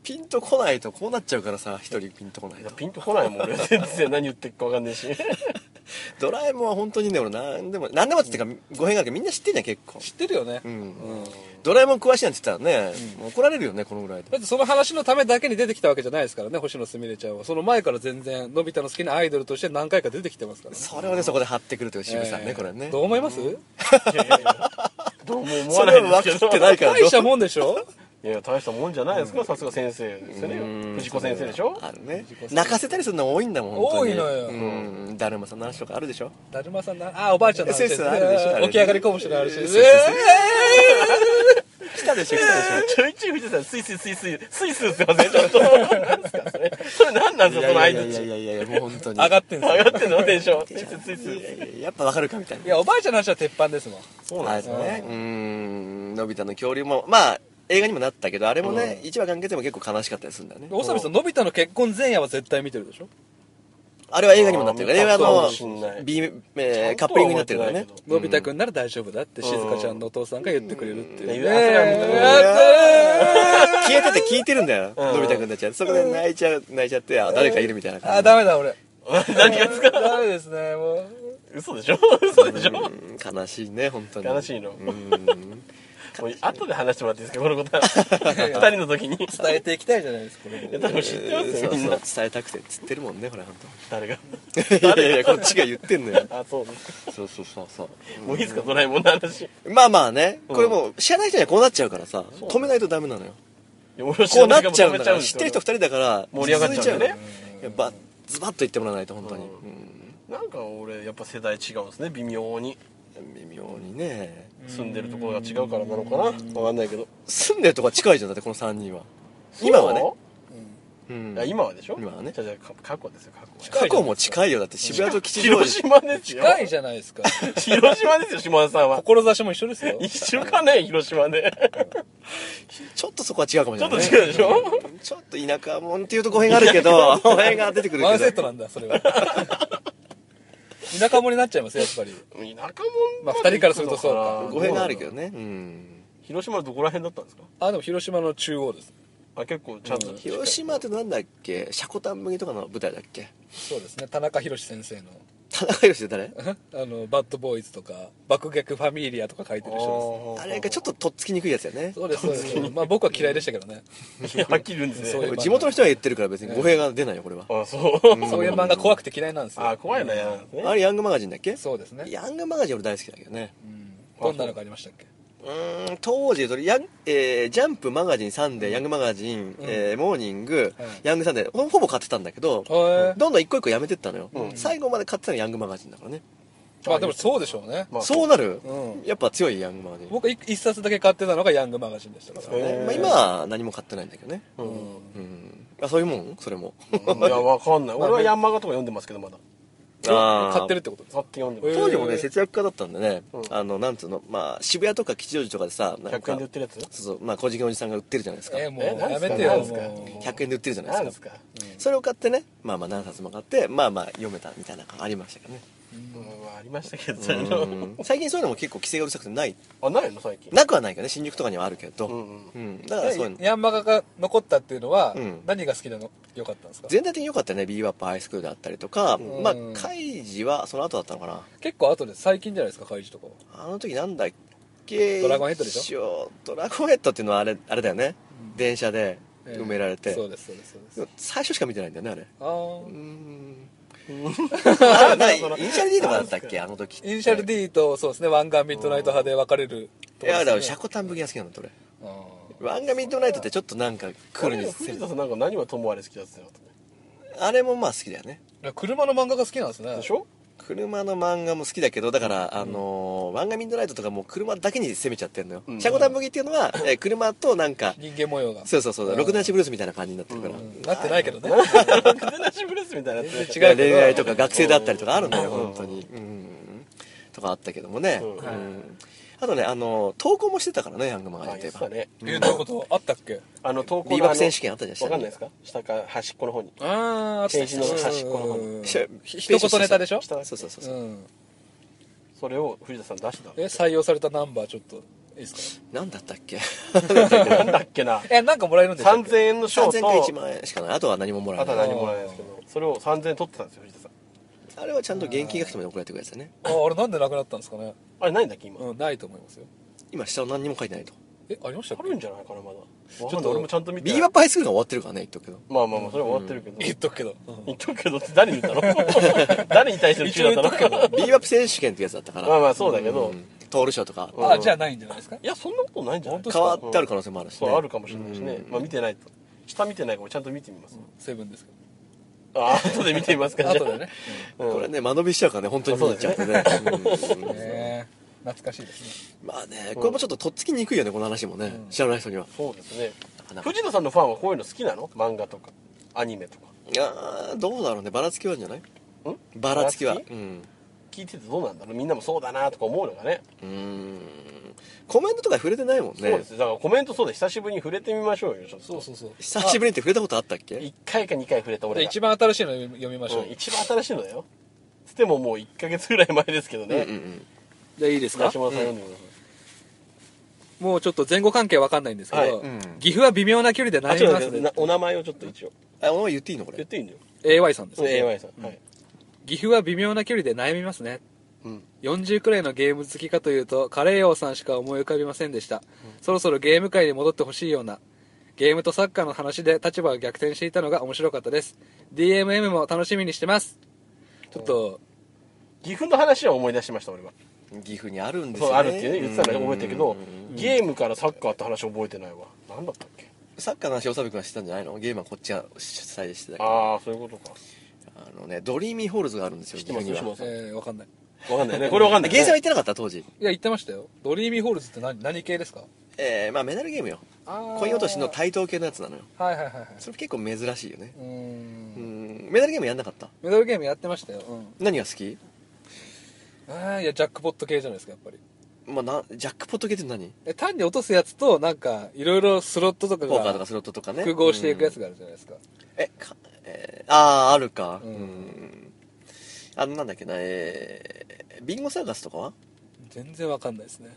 Speaker 1: ピンと来ないとこうなっちゃうからさ一人ピンと来ない
Speaker 2: い
Speaker 1: と
Speaker 2: やピンとこないもん俺全然何言ってるか分かんないし
Speaker 1: ドラえもんは本当にね俺何でも何でもっていうか語弊があるけどみんな知ってんじゃん結構
Speaker 3: 知ってるよね、
Speaker 1: うん
Speaker 3: うんだ
Speaker 1: ドラえもん詳しいなんて言ったらね、怒られるよねこのぐらいで
Speaker 3: ってその話のためだけに出てきたわけじゃないですからね星野すみれちゃんはその前から全然のび太の好きなアイドルとして何回か出てきてますからね
Speaker 1: それをねそこで張ってくるという渋さね、
Speaker 3: えー
Speaker 1: これね
Speaker 3: どう思います
Speaker 2: いやいやいやどうも思
Speaker 1: そ
Speaker 2: わ
Speaker 1: れ
Speaker 2: ない
Speaker 1: は
Speaker 2: で
Speaker 1: 分
Speaker 2: すけど
Speaker 1: かってないから
Speaker 3: 大した
Speaker 1: ど
Speaker 3: もんでしょ
Speaker 2: いや大したもんじゃないですかさすが先生ですよ
Speaker 1: うん
Speaker 2: ね藤子先生でしょ
Speaker 1: あるね泣かせたりするの多いんだもん本当に
Speaker 3: 多いのよ
Speaker 1: うんだるまさんの話とかあるでしょ
Speaker 3: だるまさんなあおばあちゃんの話です
Speaker 1: そうそうあるでしょあれ
Speaker 3: 起き上がりこぼしの話
Speaker 1: そう
Speaker 3: で
Speaker 1: そうそう来たでしょ来たでしょ
Speaker 2: ちょいちょい藤田さんスイスイスイスイスイスイってますねちょっと何ですかそれそれ何なんですか
Speaker 1: い
Speaker 2: その
Speaker 1: や
Speaker 2: 相
Speaker 1: いやい
Speaker 2: 槌
Speaker 1: やいやいやもう本当に
Speaker 3: 上がってんすよ
Speaker 2: 上がってんのテンションスイスイスイス
Speaker 1: いや
Speaker 2: イ
Speaker 1: いやいややっぱ分かるかみたいない
Speaker 3: やおばあちゃんの話は鉄板ですもん
Speaker 2: そう
Speaker 1: あ
Speaker 2: なん
Speaker 1: れ
Speaker 2: です
Speaker 1: です
Speaker 2: よ
Speaker 1: ねうんのび太の恐竜もまあ映画にもなったけどあれもね一話完結でも結構悲しかったりするんだよね
Speaker 3: 大沢さんのび太の結婚前夜は絶対見てるでしょ
Speaker 1: あれは映画にもなってるから映画
Speaker 2: あー
Speaker 1: の
Speaker 2: 見たかもしんない
Speaker 1: B えーカップリングになってるからね
Speaker 2: ち
Speaker 3: のび太くんなら大丈夫だって静香ちゃんのお父さんが言ってくれるっ
Speaker 2: う
Speaker 3: ていう、
Speaker 2: ん
Speaker 3: ね
Speaker 2: うん
Speaker 3: やった
Speaker 1: 消えてて聞いてるんだよ、
Speaker 2: うん
Speaker 1: のび太くんたちはそこで泣いちゃう泣いちゃってあ誰かいるみたいな
Speaker 3: ーあ
Speaker 1: 感じ
Speaker 3: ダメだ俺
Speaker 2: 何がですか
Speaker 3: ダメですねもう
Speaker 2: 嘘でしょ嘘でしょ
Speaker 1: うん悲しいね本当に
Speaker 2: 悲しいの
Speaker 1: うん
Speaker 2: もう後で話してもらっていいですかこのことは2人の時にい
Speaker 3: 伝えていきたいじゃないですかこれも
Speaker 2: や多分知ってます
Speaker 1: そ
Speaker 2: よ
Speaker 1: う
Speaker 2: みん
Speaker 1: そ
Speaker 2: な
Speaker 1: う伝えたくてっつってるもんねこれ本
Speaker 2: 誰が
Speaker 1: 当。いやいやこっちが言ってんのよ
Speaker 2: あそうです
Speaker 1: そうそうそうそ
Speaker 2: もういいですかドラえもんの話いう
Speaker 1: まあまあねこれもう知らない人にはこうなっちゃうからさ
Speaker 2: そう
Speaker 1: 止めないとダメなのよ
Speaker 2: や俺の知
Speaker 1: こ
Speaker 2: ら
Speaker 1: うな
Speaker 2: な
Speaker 1: っ
Speaker 2: い人
Speaker 1: ちゃうん
Speaker 2: も止め
Speaker 1: だ
Speaker 2: ち
Speaker 1: か
Speaker 2: ゃうん
Speaker 1: ら
Speaker 2: で
Speaker 1: 知
Speaker 2: す
Speaker 1: っ
Speaker 2: よ
Speaker 1: てる人2人だから
Speaker 2: 盛り上がっちゃうんだよね
Speaker 1: 続いちゃうのやっぱズバッと言ってもらわないと本当に、
Speaker 2: なんか俺やっぱ世代違うんですね微妙に
Speaker 1: うん微妙にね
Speaker 2: 住んでるところが違うからなのかなわかんないけど
Speaker 1: 住んでるとこは近いじゃんだってこの3人は今はね、うん
Speaker 2: いや今はでしょ
Speaker 1: 今はね
Speaker 2: じゃあじゃあか過去ですよ過去
Speaker 1: 過去も近いよだって渋谷と吉祥
Speaker 2: 広
Speaker 1: 寺
Speaker 2: 島ですよ
Speaker 3: 近いじゃないですか
Speaker 2: 広島ですよ島田さんは
Speaker 3: 志も一緒ですよ
Speaker 2: 一緒かね広島で
Speaker 1: ちょっとそこは違うかもし
Speaker 2: ちょ
Speaker 1: れ
Speaker 2: っ
Speaker 1: な
Speaker 2: と
Speaker 1: い、ね、
Speaker 2: 違うでしょ
Speaker 1: ちょっと田舎もんっていうと語弊があるけど語弊が出てくるけど
Speaker 3: ワンセットなんだそれは田舎者になっちゃいますよやっぱり
Speaker 2: 田舎もん
Speaker 3: まあ二人からするとそうか
Speaker 1: 語弊があるけどねうん
Speaker 2: 広島はどこら辺だったんですか
Speaker 3: あでも広島の中央です
Speaker 2: あ結構ちゃんと近い
Speaker 1: 広島ってなんだっけシャコタン麦とかの舞台だっけ
Speaker 3: そうですね田中宏先生の
Speaker 1: 田中宏って誰
Speaker 3: あのバッドボーイズとか爆逆ファミリアとか書いてる人
Speaker 1: あれがちょっととっつきにくいやつやね
Speaker 3: ですそうですそうですまあ僕は嫌いでしたけどね
Speaker 2: っとはっきり言うんですね
Speaker 3: そういう
Speaker 1: 地元の人が言ってるから別に語弊が出ないよこれは
Speaker 2: あそう
Speaker 3: そういう漫画怖くて嫌いなんです
Speaker 2: あ
Speaker 3: よ
Speaker 2: 怖いなやね
Speaker 1: あれヤングマガジンだっけ
Speaker 3: そうですね
Speaker 1: ヤングマガジン俺大好きだけどね
Speaker 3: うんどんなのがありましたっけ
Speaker 1: うーん当時それヤン、えージャンプマガジンサンデー、ヤングマガジン、えーモーニング、
Speaker 3: はい
Speaker 1: ヤングサンデーほほぼ買ってたんだけど、
Speaker 3: へえ
Speaker 1: どんどん一個一個やめてったのよ、最後まで買ってたのヤングマガジンだからね、
Speaker 3: まあでもそうでしょうね
Speaker 2: まあ
Speaker 1: そうなる、
Speaker 3: うん
Speaker 1: やっぱ強いヤングマガジン、
Speaker 3: 僕は一一冊だけ買ってたのがヤングマガジンでしたから
Speaker 2: へ
Speaker 1: ね
Speaker 2: え
Speaker 1: まあ、今は何も買ってないんだけどね、
Speaker 2: う
Speaker 1: うん
Speaker 2: ん
Speaker 1: あそういうもんそれも
Speaker 2: いやわかんない俺はヤンマガとか読んでますけどまだ
Speaker 1: あー
Speaker 3: 買ってるってことです
Speaker 2: 買って読んで
Speaker 3: へ
Speaker 2: ま
Speaker 1: 当時も
Speaker 3: へ
Speaker 1: ね
Speaker 3: え
Speaker 1: 節約家だったんでね、
Speaker 2: うん
Speaker 1: あのなんつうのまあ渋谷とか吉祥寺とかでさな
Speaker 2: す
Speaker 1: ん
Speaker 2: 100円
Speaker 1: か
Speaker 2: で売ってるやつ
Speaker 1: そうそうまあ小じのおじさんが売ってるじゃないですか、
Speaker 3: えーもう
Speaker 2: えなん
Speaker 3: や
Speaker 2: すか
Speaker 3: めて
Speaker 2: な
Speaker 3: よ
Speaker 2: んすか
Speaker 3: もう
Speaker 1: 100円で売ってるじゃないです
Speaker 2: 何
Speaker 1: か
Speaker 2: ですか
Speaker 1: それを買ってねまあまあ何冊も買ってまあまあ読めたみたいなのがありましたけどね
Speaker 2: うんまあありましたけどそういう
Speaker 1: う
Speaker 2: の
Speaker 1: ん最近そういうのも結構規制がうるさくてない
Speaker 2: あないの最近
Speaker 1: なくはないけどね新宿とかにはあるけど、
Speaker 2: う
Speaker 1: うん
Speaker 2: んうん
Speaker 1: だからそういうの
Speaker 3: ヤンマガが残ったっていうのは
Speaker 1: うん
Speaker 3: 何が好きなの良かったんですか
Speaker 1: 全体的に良かったね b ワップハイスクールだったりとか、
Speaker 3: うん
Speaker 1: まあ開示はその後だったのかな
Speaker 3: 結構後で最近じゃないですか怪獣とかは
Speaker 1: あの時なんだっけ
Speaker 3: ドラゴンヘッドでしょ
Speaker 1: ょドラゴンヘッドっていうのはあれあれだよね、電車で
Speaker 3: ええ
Speaker 1: 埋められて、
Speaker 3: そうですそうですそうです
Speaker 1: でも最初しか見てないんだよ ねあれ
Speaker 3: あー
Speaker 1: うーんあなんかイニシャル D とかだったっけあの時って
Speaker 3: イニシャル D とそうですね湾岸ミッドナイト派で分かれる
Speaker 1: い
Speaker 3: とこ
Speaker 1: やだか
Speaker 3: です
Speaker 1: ら
Speaker 3: ね
Speaker 1: シャコタン武器が好きなのどれ
Speaker 3: あー
Speaker 1: 漫画ミッドナイトってちょっとなんかクールに
Speaker 2: 藤田さんなんか何はともあれ好きだったよ
Speaker 1: あれもまあ好きだよね
Speaker 3: いや車の漫画が好きなんですね
Speaker 2: で しょ
Speaker 1: 車の漫画も好きだけどだから、あのー漫画ミッドナイトとかもう車だけに攻めちゃってんのよ、
Speaker 2: うん
Speaker 1: シャコタン麦っていうのは、えー車となんか
Speaker 3: 人間模様が
Speaker 1: そうそうそう六男子ブルースみたいな感じになってるから、
Speaker 3: うんなってないけどね
Speaker 2: クデナシブレスみたいなやつ
Speaker 3: 全
Speaker 1: いや
Speaker 3: 然違うけ
Speaker 1: 恋
Speaker 3: ど
Speaker 1: 愛とか学生だったりとかあるんだよ、
Speaker 2: うん
Speaker 1: 本当に、うん、とかあったけどもね、
Speaker 2: うん
Speaker 1: うんあとねあの投稿もしてたからねヤングマガジンといえば
Speaker 2: ね
Speaker 3: えーどういうことあったっけ
Speaker 2: あの投稿の
Speaker 1: ビーバップ選手権あったじゃん
Speaker 2: わかんないですか下か端っこの方に
Speaker 3: あああった
Speaker 2: ページの端っこの方に
Speaker 3: うん
Speaker 1: し
Speaker 3: 一言ネタでしょ
Speaker 1: そうそうそうそう、
Speaker 3: うん
Speaker 2: それを藤田さん出してた
Speaker 3: え採用されたナンバーちょっといいですか
Speaker 1: なんだったっけ
Speaker 2: なんだっけな
Speaker 3: えなんかもらえるんでしたっけ
Speaker 2: 3000円の賞
Speaker 1: 3000か1
Speaker 2: と
Speaker 1: 万円しかないあとは何ももらえ
Speaker 2: あと
Speaker 1: ない
Speaker 2: は何もらえないですけどそれを3000円取ってたんですよ藤田さん
Speaker 1: あれはちゃんと現金額まで送られてくるやつだね
Speaker 3: ああれなんでなくなったんですかね
Speaker 2: あれないんだっけ今
Speaker 3: うんないと思いますよ
Speaker 1: 今下は何にも書いてないと
Speaker 3: えありましたっ
Speaker 2: あ
Speaker 3: け
Speaker 2: るんじゃないかなまだちょ
Speaker 3: ちょっ
Speaker 2: っ
Speaker 3: と
Speaker 2: と俺もちゃんと見て
Speaker 1: b
Speaker 2: ない
Speaker 1: ワップハイスクールが終わってるからね言っとくけど
Speaker 2: まあまあまあそれは終わってるけど
Speaker 3: 言っとくけどうん
Speaker 2: 言っとくけどって誰に言った の誰に対しての注意だった
Speaker 3: 一応言っ
Speaker 2: の
Speaker 1: b ワップ選手権ってやつだったから
Speaker 2: まあまあそうだけ
Speaker 1: う
Speaker 2: ど
Speaker 1: んトール賞とか
Speaker 3: あじゃあないんじゃないですか
Speaker 2: いやそんなことないんじゃない
Speaker 1: 変わってある可能性もあるしね
Speaker 2: そうあるかもしれないしねまあ見てないと下見てないからちゃんと見てみます
Speaker 3: セブンですけ
Speaker 2: あ 後で見てみますか
Speaker 3: ど
Speaker 2: じゃあ
Speaker 3: 後で ね
Speaker 2: うん
Speaker 1: これね間延びしちゃうからね本当に見に行っちゃってねうん
Speaker 3: えー懐かしいですね
Speaker 1: まあねこれもちょっととっつきにくいよねこの話もね知らない人には
Speaker 2: そうですね
Speaker 1: かなか
Speaker 2: 藤田さんのファンはこういうの好きなの漫画とかアニメとか
Speaker 1: いやーどうだろうねばらつきはあるんじゃないばらつきは
Speaker 2: ばらつき
Speaker 1: うん
Speaker 2: 聞いててどうなんだろうみんなもそうだなとか思うのがね
Speaker 1: うーんコメントとか触れてないもん
Speaker 2: そう
Speaker 1: ね
Speaker 2: ですだからコメントそうだ久しぶりに触れてみましょうよちょっと
Speaker 3: そうそうそう
Speaker 1: 久しぶりにって触れたことあったっけ
Speaker 2: 1回か2回触れた
Speaker 3: じゃあ
Speaker 2: 俺が
Speaker 3: 一番新しいの読み読みましょう、
Speaker 2: うん一番新しいのだよつってももう1ヶ月ぐらい前ですけど
Speaker 1: うんうんう
Speaker 2: ね
Speaker 1: ん
Speaker 3: じゃあいいです
Speaker 2: 島田さん読んでください
Speaker 3: もうちょっと前後関係わかんないんですけど、
Speaker 2: はい
Speaker 1: うん
Speaker 3: 岐阜は微妙な距離で
Speaker 2: あ、
Speaker 3: 悩
Speaker 2: ちょっ
Speaker 3: み
Speaker 2: と
Speaker 3: ま
Speaker 2: 待
Speaker 3: す
Speaker 2: って
Speaker 3: ね
Speaker 2: なお名前をちょっと一応
Speaker 1: あお前言っていいのこ
Speaker 2: 言っ
Speaker 1: れ
Speaker 2: ていいんだよ。
Speaker 3: AY さんです
Speaker 2: その
Speaker 3: ね
Speaker 2: AY さん。はい。
Speaker 3: 岐阜は微妙な距離で悩みますね
Speaker 2: うん
Speaker 3: 40くらいのゲーム好きかというとカレー王さんしか思い浮かびませんでした、そろそろゲーム界に戻ってほしいようなゲームとサッカーの話で立場が逆転していたのが面白かったです DMM も楽しみにしてますちょっと
Speaker 2: 岐阜の話は思い出しました俺は
Speaker 1: 岐阜にあるんです
Speaker 2: そ
Speaker 1: よ
Speaker 2: う
Speaker 1: ね
Speaker 2: あるってね言ってたの覚えてるけど
Speaker 1: うん
Speaker 2: ゲームからサッカーって話覚えてないわ何だったっけ
Speaker 1: サッカーの話おさび君はしてたんじゃないのゲームはこっちが主催でしてたけど
Speaker 2: ああそういうことか
Speaker 1: あのねドリーミーホールズがあるんですよ
Speaker 2: 知ってます
Speaker 1: 岐
Speaker 2: 知って
Speaker 1: 阜に
Speaker 2: ま
Speaker 1: は
Speaker 2: す
Speaker 3: えー、わかんない
Speaker 2: わかんないねこれわかんない
Speaker 1: ゲーセンは行
Speaker 2: ね
Speaker 1: ってなかった当時
Speaker 3: いや言ってましたよドリーミーホールズって何何系ですか
Speaker 1: えー、まあメダルゲームよ
Speaker 3: あ
Speaker 1: コイン落としの
Speaker 3: はい
Speaker 1: 対等系のやつなのよ
Speaker 3: はいはいはい
Speaker 1: それ結構珍しいよね
Speaker 3: うーん
Speaker 1: うんメダルゲームやんなかった
Speaker 3: メダルゲームやってましたよ、うん、
Speaker 1: 何が好き
Speaker 3: あーいやジャックポット系じゃないですかやっぱり
Speaker 1: まあ、なジャックポット系って何
Speaker 3: え単に落とすやつとなんかいろいろスロットとか
Speaker 1: ポーカーと
Speaker 3: が
Speaker 1: かスロットとかね
Speaker 3: 複合していくやつがあるじゃないですか、
Speaker 1: えか、えーあああるかう
Speaker 3: うん
Speaker 1: んあのなんだっけなえー、ビンゴサーカスとかは
Speaker 3: 全然わかんないですね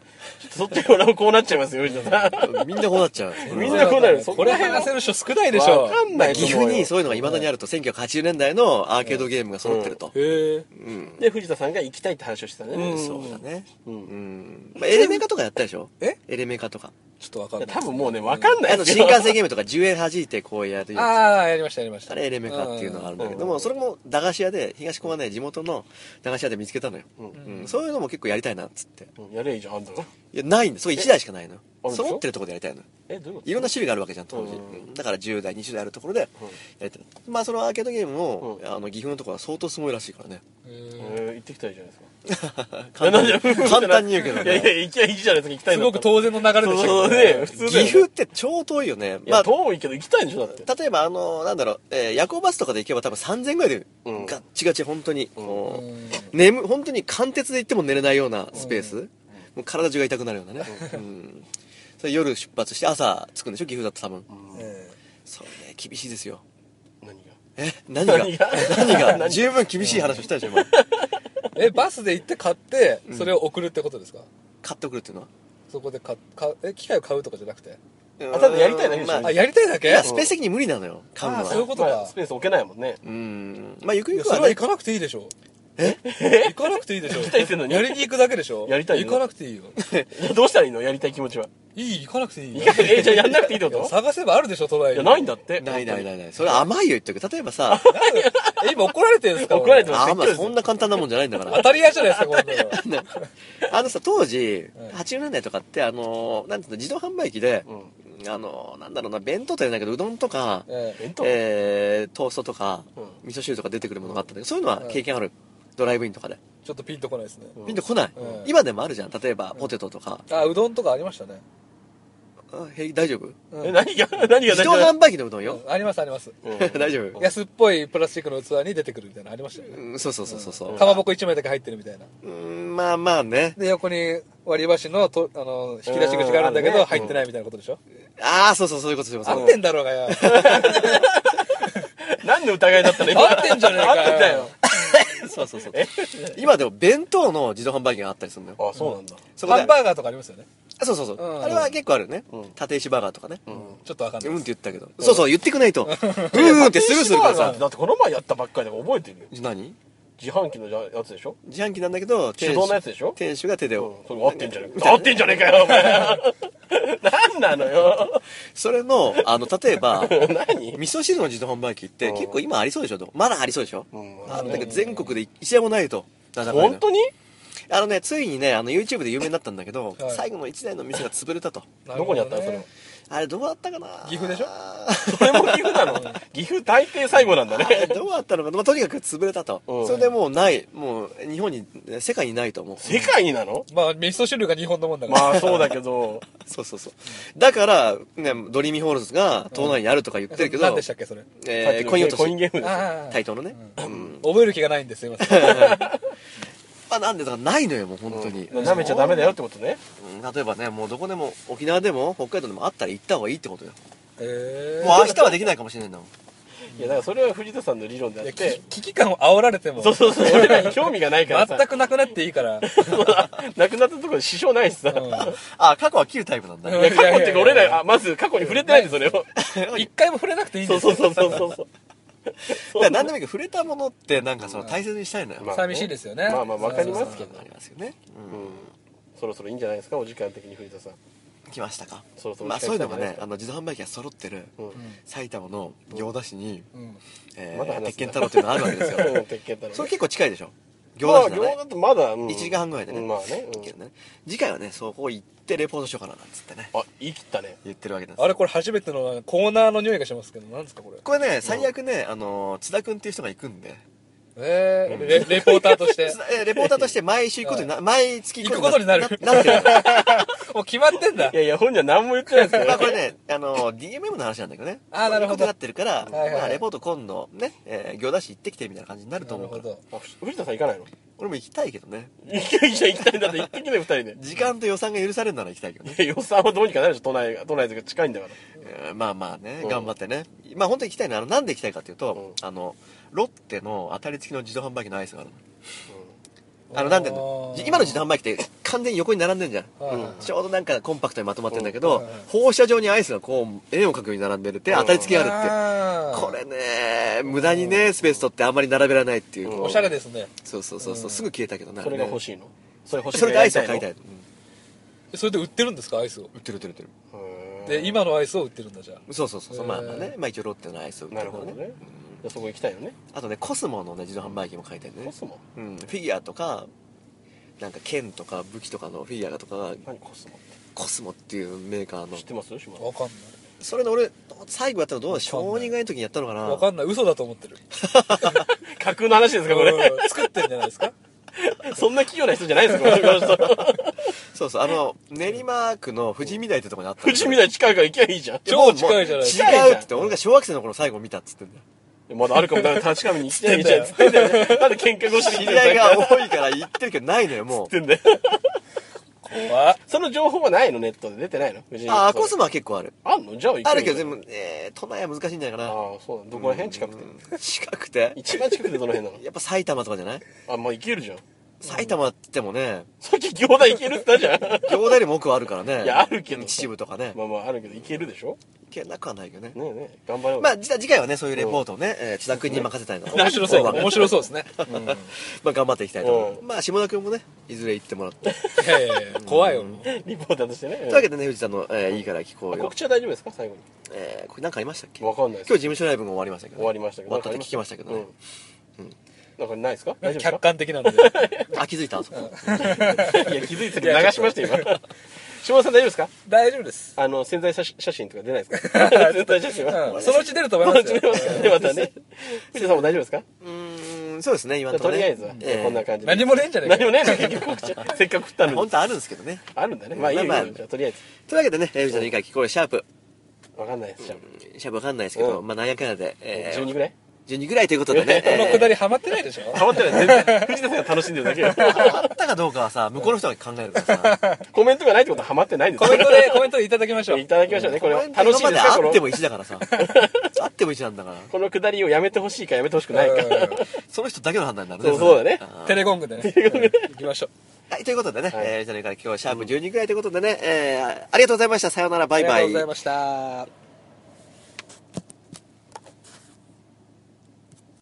Speaker 2: そっちもこうなっちゃいますよ吉田さん
Speaker 1: みんなこうなっちゃう
Speaker 2: みんなこうなる
Speaker 3: これ減らせる人少ないでしょ
Speaker 2: わかんないと
Speaker 1: 岐
Speaker 2: 思う
Speaker 1: 阜
Speaker 2: よ
Speaker 1: にそういうのがいまだにあると1980年代のアーケードゲームが揃ってると、
Speaker 3: へえ
Speaker 1: うん
Speaker 2: で藤田さんが行きたいって話をしてたね、
Speaker 3: うん
Speaker 1: そうだね
Speaker 2: うん
Speaker 1: うん、まあ、エレメカとかやったでしょ
Speaker 3: え
Speaker 1: エレメカとか
Speaker 3: ちょっとわかんない
Speaker 2: 多分もうねわかんない
Speaker 1: あと新幹線ゲームとか10円弾いてこうやるやつ
Speaker 3: ああやりましたやりました
Speaker 1: あれエレメカっていうのがあるんだけど
Speaker 2: う
Speaker 1: も
Speaker 2: ん
Speaker 1: それも駄菓子屋で東高はね地元の駄菓子屋で見つけたのよ、
Speaker 2: うん
Speaker 1: うんそういうのも結構やりたいなっつって
Speaker 2: うんやれいいじゃんあんた
Speaker 1: いやないんだそこ1台しかないの
Speaker 2: あるでしょ
Speaker 1: 揃ってるところでやりたいの
Speaker 2: えどういうこと
Speaker 1: いろんな種類があるわけじゃん当時、
Speaker 2: うん
Speaker 1: うんだから10代20代あるところでやりたい、まあそのアーケードゲームも、
Speaker 2: うん
Speaker 1: あの岐阜のところは相当すごいらしいからね
Speaker 3: へ
Speaker 2: え
Speaker 3: ー
Speaker 2: ー行ってきたらいいじゃないですか
Speaker 1: 簡単に簡単に言うけど
Speaker 2: いやい
Speaker 1: ね
Speaker 2: や、行きゃいいじゃないですか、行きたい
Speaker 3: す
Speaker 2: んだ
Speaker 3: ご
Speaker 2: った
Speaker 3: く
Speaker 2: ら
Speaker 3: 当然の流れでしたけ
Speaker 2: そ
Speaker 3: ど
Speaker 2: うね、普通だよ
Speaker 1: 岐
Speaker 2: ね
Speaker 1: 阜って超遠いよね
Speaker 2: い
Speaker 1: ま
Speaker 2: や、
Speaker 1: あ
Speaker 2: 遠いけど行きたいんでしょ、だって。
Speaker 1: 例えばあのなんだろう、えー夜行バスとかで行けば多分3000ぐらいで
Speaker 2: うん
Speaker 1: ガッチガチ本当に、もう
Speaker 3: うん
Speaker 1: 眠本当に貫徹で行っても寝れないようなスペース、もう体中が痛くなるようなね、うん、それ夜出発して朝着くんでしょ岐阜だと多分、
Speaker 3: え
Speaker 1: それね厳しいですよ
Speaker 2: 何が
Speaker 1: え何が
Speaker 2: 何が
Speaker 1: 何が十分厳しい話をしたでしょ今
Speaker 3: ーえバスで行って買ってそれを送るってことですか、
Speaker 1: 買ってくるっていうのは
Speaker 3: そこで買っ買え機械を買うとかじゃなくて
Speaker 2: あただやりたいだけでしょ
Speaker 1: ま
Speaker 3: あ
Speaker 1: あ、い
Speaker 3: やりたいだけ
Speaker 1: やスペース的に無理なのよ買うのは
Speaker 3: あそういうことか
Speaker 2: まあスペース置けないもんね。
Speaker 1: うんまあゆく
Speaker 3: い
Speaker 1: ゆ
Speaker 3: や
Speaker 1: く
Speaker 3: そ
Speaker 1: は
Speaker 3: れは
Speaker 1: ね
Speaker 3: 行かなくていいでしょ
Speaker 1: え
Speaker 3: 行かなくていいでしょ
Speaker 2: きたいってのに
Speaker 3: やりに行くだけでしょ
Speaker 2: やりたいよ
Speaker 3: 行かなくていいよ
Speaker 2: いやどうしたらいいのやりたい気持ちは。
Speaker 3: いい行かなくていいよ
Speaker 2: いや え、じゃあやんなくていいって
Speaker 3: いや
Speaker 2: こ
Speaker 3: 探せばあるでしょ都内
Speaker 2: とい
Speaker 3: に
Speaker 2: や、ないんだって。。
Speaker 1: ないないないいないそれ甘いよ言っとく例えばさ
Speaker 3: なんでえ今怒られてるんですか
Speaker 2: 怒られて
Speaker 1: あ
Speaker 2: ま
Speaker 1: ーまあ
Speaker 2: す。
Speaker 1: そんな簡単なもんじゃないんだから
Speaker 3: 当たり屋じゃないですかこんなの
Speaker 1: あのさ当時
Speaker 3: うん
Speaker 1: 80年代とかってあのーなんていうの自動販売機で
Speaker 2: う、ん。
Speaker 1: あのーなんだろうな弁当とじゃないけどうどんとか、
Speaker 3: ええ
Speaker 2: 弁当
Speaker 1: えートーストとか、
Speaker 2: う
Speaker 1: 味噌汁とか出てくるものがあったんだけどそういうのは経験ある、ドライブインとかで
Speaker 3: ちょっとピンとこないですね
Speaker 2: うん
Speaker 1: みんな来ない、
Speaker 3: うん
Speaker 1: 今でもあるじゃん例えばポテトとか、
Speaker 3: あうどんとかありましたね
Speaker 1: あへい大丈夫
Speaker 3: うん
Speaker 2: え、何が、 何が
Speaker 1: 自動販売機のうどんよ、
Speaker 3: うんありますあります
Speaker 2: うん
Speaker 1: 大丈夫
Speaker 3: 安っぽいプラスチックの器に出てくるみたいなのありましたよね
Speaker 1: うんそうそうそうそうそう
Speaker 3: かまぼこ1枚だけ入ってるみたいな
Speaker 1: うんまあまあね
Speaker 3: で横に割り箸のとあの引き出し口があるんだけ
Speaker 2: うんある
Speaker 3: ど
Speaker 2: ね
Speaker 3: 入ってないみたいなことでしょ
Speaker 1: ああそうそうそういうことそういうこと
Speaker 3: 合ってんだろうがよ
Speaker 2: 何の疑いだったの今
Speaker 3: 合ってんじゃねえかよ
Speaker 2: 合ってたよ。
Speaker 1: そうそうそう今でも弁当の自動販売機があったりするのよ
Speaker 2: あ、そうなんだ。
Speaker 1: そこで
Speaker 3: ハンバーガーとかありますよね
Speaker 1: あそうそうそう、
Speaker 3: うん
Speaker 1: あれは結構あるよね、
Speaker 2: うん
Speaker 1: 縦石バーガーとかね、うん
Speaker 3: ちょっとわかんない
Speaker 1: って言ったけど、そうそう言ってくない とうんうんってスルーするからさ
Speaker 2: だってこの前やったばっかりで覚えてるよ。
Speaker 1: 何
Speaker 2: 自販機のじゃやつでしょ
Speaker 1: 自販機なんだけど
Speaker 2: 手動のやつでしょ
Speaker 1: 店主が手で、
Speaker 2: うんそれ合ってんじゃねえか。合ってんじゃねえかよ、お前。何なのよ。
Speaker 1: それのあの例えば
Speaker 2: 何
Speaker 1: 味噌汁の自動販売機って
Speaker 2: うん
Speaker 1: 結構今ありそうでしょでもまだありそうでしょ、
Speaker 2: うん
Speaker 1: あのなんか全国で一台もないと
Speaker 2: 本当
Speaker 1: に
Speaker 2: に
Speaker 1: あのねついにねあの YouTube で有名になったんだけど、
Speaker 3: はい
Speaker 1: 最後の一台の店が潰れたと
Speaker 3: なる
Speaker 2: どこ
Speaker 3: ほ
Speaker 2: にあ
Speaker 3: ど
Speaker 2: ったのそれは
Speaker 3: ね
Speaker 1: あれどうだったかな
Speaker 3: 岐阜でしょ
Speaker 2: それも岐阜なの岐阜大抵最後なんだ
Speaker 1: あれ
Speaker 2: ね
Speaker 1: どうだったのかな、まあ、とにかく潰れたと、
Speaker 2: うん
Speaker 1: それでもうないもう日本に世界にないと思う
Speaker 2: 世界になの
Speaker 3: まあ味噌汁が日本のもんだから
Speaker 2: まあそうだけ ど
Speaker 1: そうそうそうだから、ね、ドリーミーホールズが島内にあるとか言ってるけど、
Speaker 3: 何でしたっけそれ
Speaker 1: え ーコイン落と
Speaker 2: コインゲ
Speaker 1: し
Speaker 2: ームですよ
Speaker 3: あー
Speaker 1: タイトルね、
Speaker 3: うん覚える気がないんですよ、すいません
Speaker 1: まあ、なんでだからないのよもう本当に、
Speaker 2: 舐めちゃダメだよってことね
Speaker 1: うん例えばねもうどこでも沖縄でも北海道でもあったら行った方がいいってことよ
Speaker 3: えー
Speaker 1: もう明日はできないかもしれないんだもん
Speaker 2: いやだからそれは藤田さんの理論であ
Speaker 3: いや
Speaker 2: っ
Speaker 3: き
Speaker 2: て
Speaker 3: 危機感を煽られても
Speaker 2: そうそうそう俺ら に興味がないからさ
Speaker 3: 全くなくなっていいから、
Speaker 2: なくなったところに支障ないしさ
Speaker 3: うん
Speaker 2: い
Speaker 1: あ過去は切るタイプなんだ、
Speaker 3: うん
Speaker 2: や過去っていうか俺らあまず過去に触れてないんでそれを
Speaker 3: 一回も触れなくていいん
Speaker 2: そ
Speaker 3: で
Speaker 2: う
Speaker 3: す
Speaker 2: そ
Speaker 3: よ
Speaker 2: うそうそうそう
Speaker 1: から何でもいいけど触れたものってなんかその大切にしたいのよ、
Speaker 2: まあね
Speaker 3: 寂しいですよね
Speaker 2: まあまあわかりますけど
Speaker 1: ありますよね、うん
Speaker 2: そろそろいいんじゃないですかお時間的に藤田さん
Speaker 1: 来ましたか
Speaker 2: そろそろ
Speaker 1: まあ、そういうのが
Speaker 2: 近いです
Speaker 1: ね
Speaker 2: ね
Speaker 1: あの自動販売機が揃ってる、
Speaker 2: うん
Speaker 1: 埼玉の行田市に、
Speaker 3: うん
Speaker 1: えー
Speaker 2: まだ話すな
Speaker 1: 鉄拳太郎っていうのがあるわけです
Speaker 2: うん
Speaker 1: よ
Speaker 2: 鉄拳太郎
Speaker 1: それ結構近いでしょ行
Speaker 2: まあ
Speaker 1: 田市
Speaker 2: 餃
Speaker 1: だね
Speaker 2: 子ってまだ1
Speaker 1: 1時間半ぐらいでね,、
Speaker 2: まあねうん
Speaker 1: いけるね次回はねそこ行ってレポートしようかななんつってね
Speaker 2: あ言い切ったね
Speaker 1: 言ってるわけなんです
Speaker 3: あれこれ初めてのなんかコーナーの匂いがしますけどなんですかこれ
Speaker 1: これね最悪ね、あの津田君っていう人が行くんで
Speaker 3: えー、レレポーターとして
Speaker 1: 津田えーレポーターとして毎週行くことにな、毎月
Speaker 3: 行くことに
Speaker 1: ななって る
Speaker 3: もう決まってんだ
Speaker 2: いやいや本人は何も言ってないですけ
Speaker 1: まあ こ
Speaker 2: ど
Speaker 1: れね、あの DMM の話なんだけどね。
Speaker 3: あーなるほ
Speaker 1: こういう
Speaker 3: ど
Speaker 1: ことになってるから、
Speaker 3: はいはい
Speaker 1: まあレポート今度ね、えー、行田市行ってきてみたいな感じになると
Speaker 3: なる
Speaker 1: 思うか
Speaker 3: ほ
Speaker 1: ら。
Speaker 3: ど
Speaker 2: あ藤田さん行かないの
Speaker 1: 俺も行きたいけどね。
Speaker 2: いやいや行きたいんだって行ってきない二人で
Speaker 1: 時間と予算が許されるなら行きたいけどね。
Speaker 2: いや予算はどうにかなるでしょ都内が都内というか近いんだから
Speaker 1: えーまあまあね
Speaker 2: う、ん
Speaker 1: 頑張ってね。まあ本当に行きたいのは、あのなんで行きたいかっていうと、
Speaker 2: う
Speaker 1: あの、ロッテの当たり付きの自動販売機のアイスがあるの。
Speaker 3: うん
Speaker 1: あの、なんで
Speaker 3: おー
Speaker 1: 今の自動販売機って完全に横に並んでんじゃん。
Speaker 3: はいはい
Speaker 1: うんちょうどなんかコンパクトにまとまってんだけ
Speaker 3: うん
Speaker 1: ど
Speaker 3: はいはい、
Speaker 1: 放射状にアイスがこう、円を描くように並んでるって、
Speaker 2: うん
Speaker 1: 当たり付きがあるって。
Speaker 3: あー
Speaker 1: これね、無駄にね、スペース取ってあんまり並べられないっていう。
Speaker 2: うん
Speaker 3: おしゃれですね
Speaker 1: そうそうそうそう、
Speaker 3: うん
Speaker 1: すぐ消えたけどな
Speaker 2: それが欲
Speaker 1: い
Speaker 2: しいのそれ欲しい
Speaker 1: それでアイスを買いたい、
Speaker 2: へ
Speaker 3: それで売ってるんですかアイスを
Speaker 1: 売ってる売ってる売ってる
Speaker 2: ー
Speaker 3: で今のアイスを売ってるんだじゃあ
Speaker 1: そうそうそう、
Speaker 3: へー
Speaker 1: まあまあねまあ一応ロッテのアイスを売って
Speaker 2: な
Speaker 1: る
Speaker 2: る
Speaker 1: か
Speaker 2: ほ
Speaker 1: ら
Speaker 2: ど
Speaker 1: ね
Speaker 2: ねじゃあそこ行きたいよね
Speaker 1: あとねコスモのね自動販売機も買いたいね
Speaker 2: コスモ
Speaker 1: うん、フィギュアとかなんか剣とか武器とかのフィギュアとかが
Speaker 2: 何コスモって
Speaker 1: コスモっていうメーカーの
Speaker 2: 知ってます島田
Speaker 3: わかん
Speaker 1: それの俺最後やったのどうだ
Speaker 3: わかんない
Speaker 1: 小児がいの時にやったのか
Speaker 3: な
Speaker 1: ない
Speaker 3: わかんない嘘だと思ってる
Speaker 2: 架空の話ですかこれ
Speaker 3: うん作ってんじゃないですか
Speaker 2: そんな器用な人じゃないですかこの人
Speaker 1: そうそうあの練馬区の富士見台ってとこにあったの
Speaker 2: 富士見台近いから行きゃいいじゃん
Speaker 1: でも
Speaker 3: 超近いじゃな
Speaker 1: もう
Speaker 3: い
Speaker 2: 近いじゃ
Speaker 1: 違うっ
Speaker 2: ん
Speaker 1: て言って俺が小学生の頃最後見たっつってんだよ
Speaker 2: まだあるかもだから確かめに行きゃいいじゃんつってんだよ ねなんで喧嘩越し
Speaker 1: 知
Speaker 2: に来て
Speaker 1: り合い
Speaker 2: んだよ
Speaker 1: が多いから言ってるけどないのよも
Speaker 2: つってんだよ
Speaker 3: 怖っ
Speaker 2: その情報はないのネットで出てないの
Speaker 1: うああコスモは結構ある
Speaker 2: あんのじゃあ行く
Speaker 1: あるけど全
Speaker 2: 部
Speaker 1: 部、えー、都内は難しいんじゃないか
Speaker 2: あ
Speaker 1: な
Speaker 2: あそうだどこら辺近くて
Speaker 1: うん近くて
Speaker 2: 一番近くてどの辺なの
Speaker 1: やっぱ埼玉とかじゃない
Speaker 2: あまあ行けるじゃん
Speaker 1: 埼玉って言ってもね
Speaker 2: さっき餃子行けるって言ったじゃん
Speaker 1: 行田よりも奥はあるからね
Speaker 2: いやあるけど
Speaker 1: 秩父とかね、
Speaker 2: まあまああるけど行けるでしょ
Speaker 1: 行けなくはないけどね
Speaker 2: ねえねえ頑張れよ
Speaker 1: まあじゃあ次回はねそういうレポートをね、えー、津田君に任せたいの
Speaker 3: 面白そう
Speaker 1: ま
Speaker 3: 面白そうですね
Speaker 1: あ頑張っていきたいと思う
Speaker 2: う
Speaker 1: まあ下田君もねいずれ行ってもらって
Speaker 3: いやいやいや怖いよ
Speaker 2: リポーターとしてね
Speaker 1: というわけでね藤田の、えーいいから聞こうよ
Speaker 2: 告、知は大丈夫ですか最後に
Speaker 1: えー、これ何かありましたっけ
Speaker 2: わかんないです
Speaker 1: 今日事務所ライブも終わりましたけどね、
Speaker 2: 終わりましたけど
Speaker 1: 終わったって聞きましたけどね、
Speaker 2: うんなんかないですか大丈夫ですか
Speaker 3: 客観的なので
Speaker 1: あ気づいたあそこ
Speaker 2: いや、気づいてる。 流しましたよ、 今。下田さん大丈夫ですか
Speaker 3: 大丈夫です
Speaker 2: あの、潜在写真写真とか出ないで すか潜在写真
Speaker 3: う
Speaker 2: は。
Speaker 3: んそのうち出ると思
Speaker 2: そ
Speaker 3: い
Speaker 2: の
Speaker 3: ま
Speaker 2: う
Speaker 3: す
Speaker 2: ち
Speaker 3: よ
Speaker 2: 出ますからね、またね。藤田さんも大丈夫ですか
Speaker 1: うーんそうですね今
Speaker 2: じ
Speaker 1: のと
Speaker 2: ゃあ
Speaker 1: ことろ
Speaker 2: りあ
Speaker 1: ね
Speaker 2: えずは、じゃあこんな感じで。
Speaker 3: 何もねえんじゃねえ
Speaker 2: 何もねえの結局告知はせっかく振ったの
Speaker 1: 本
Speaker 2: に。
Speaker 1: 当はあるんですけどね
Speaker 2: あるんだね。まあいいよ、いい
Speaker 1: まあまあ
Speaker 2: よじゃあとりあえず。
Speaker 1: というわけでね、えー、藤田のいいから聞こうよシャープ
Speaker 2: わかんないです、じゃあ。
Speaker 1: シャープわかんないですけど、
Speaker 2: うん
Speaker 1: まあ何やかんやで、えー
Speaker 2: 12ぐらい
Speaker 1: 12ぐらいということで ね、
Speaker 3: このくだ
Speaker 1: え
Speaker 3: りハマってないでしょ
Speaker 2: ハマってない。全然。藤田さんが楽しんでるだけよ。
Speaker 1: ーあったかどうかはさ、向こうの人が考えるからさ、
Speaker 2: コメントがないってことはハマってないんです
Speaker 3: コメントでコメントでいただきましょう
Speaker 2: いただきましょうね、これは。楽
Speaker 1: 楽
Speaker 2: し
Speaker 1: し
Speaker 2: い
Speaker 1: い
Speaker 2: で
Speaker 1: です
Speaker 2: か、こ
Speaker 1: あ
Speaker 2: の
Speaker 1: って。も1だからさ、 あっても1なんだから、
Speaker 2: このくだりをやめてほしいかやめてほしくないか。
Speaker 1: その人だけの判断になる
Speaker 2: そうそうだね
Speaker 1: れは
Speaker 3: うん
Speaker 1: あ
Speaker 3: テ
Speaker 1: ー
Speaker 3: レコングでね行きましょう
Speaker 1: はい、ということでね、
Speaker 2: はい
Speaker 1: えー、藤田のいいから今日はシャープ12ぐらいということでね、えー、ありがとうございました。さようなら、バイバイ。
Speaker 3: ありがとうございました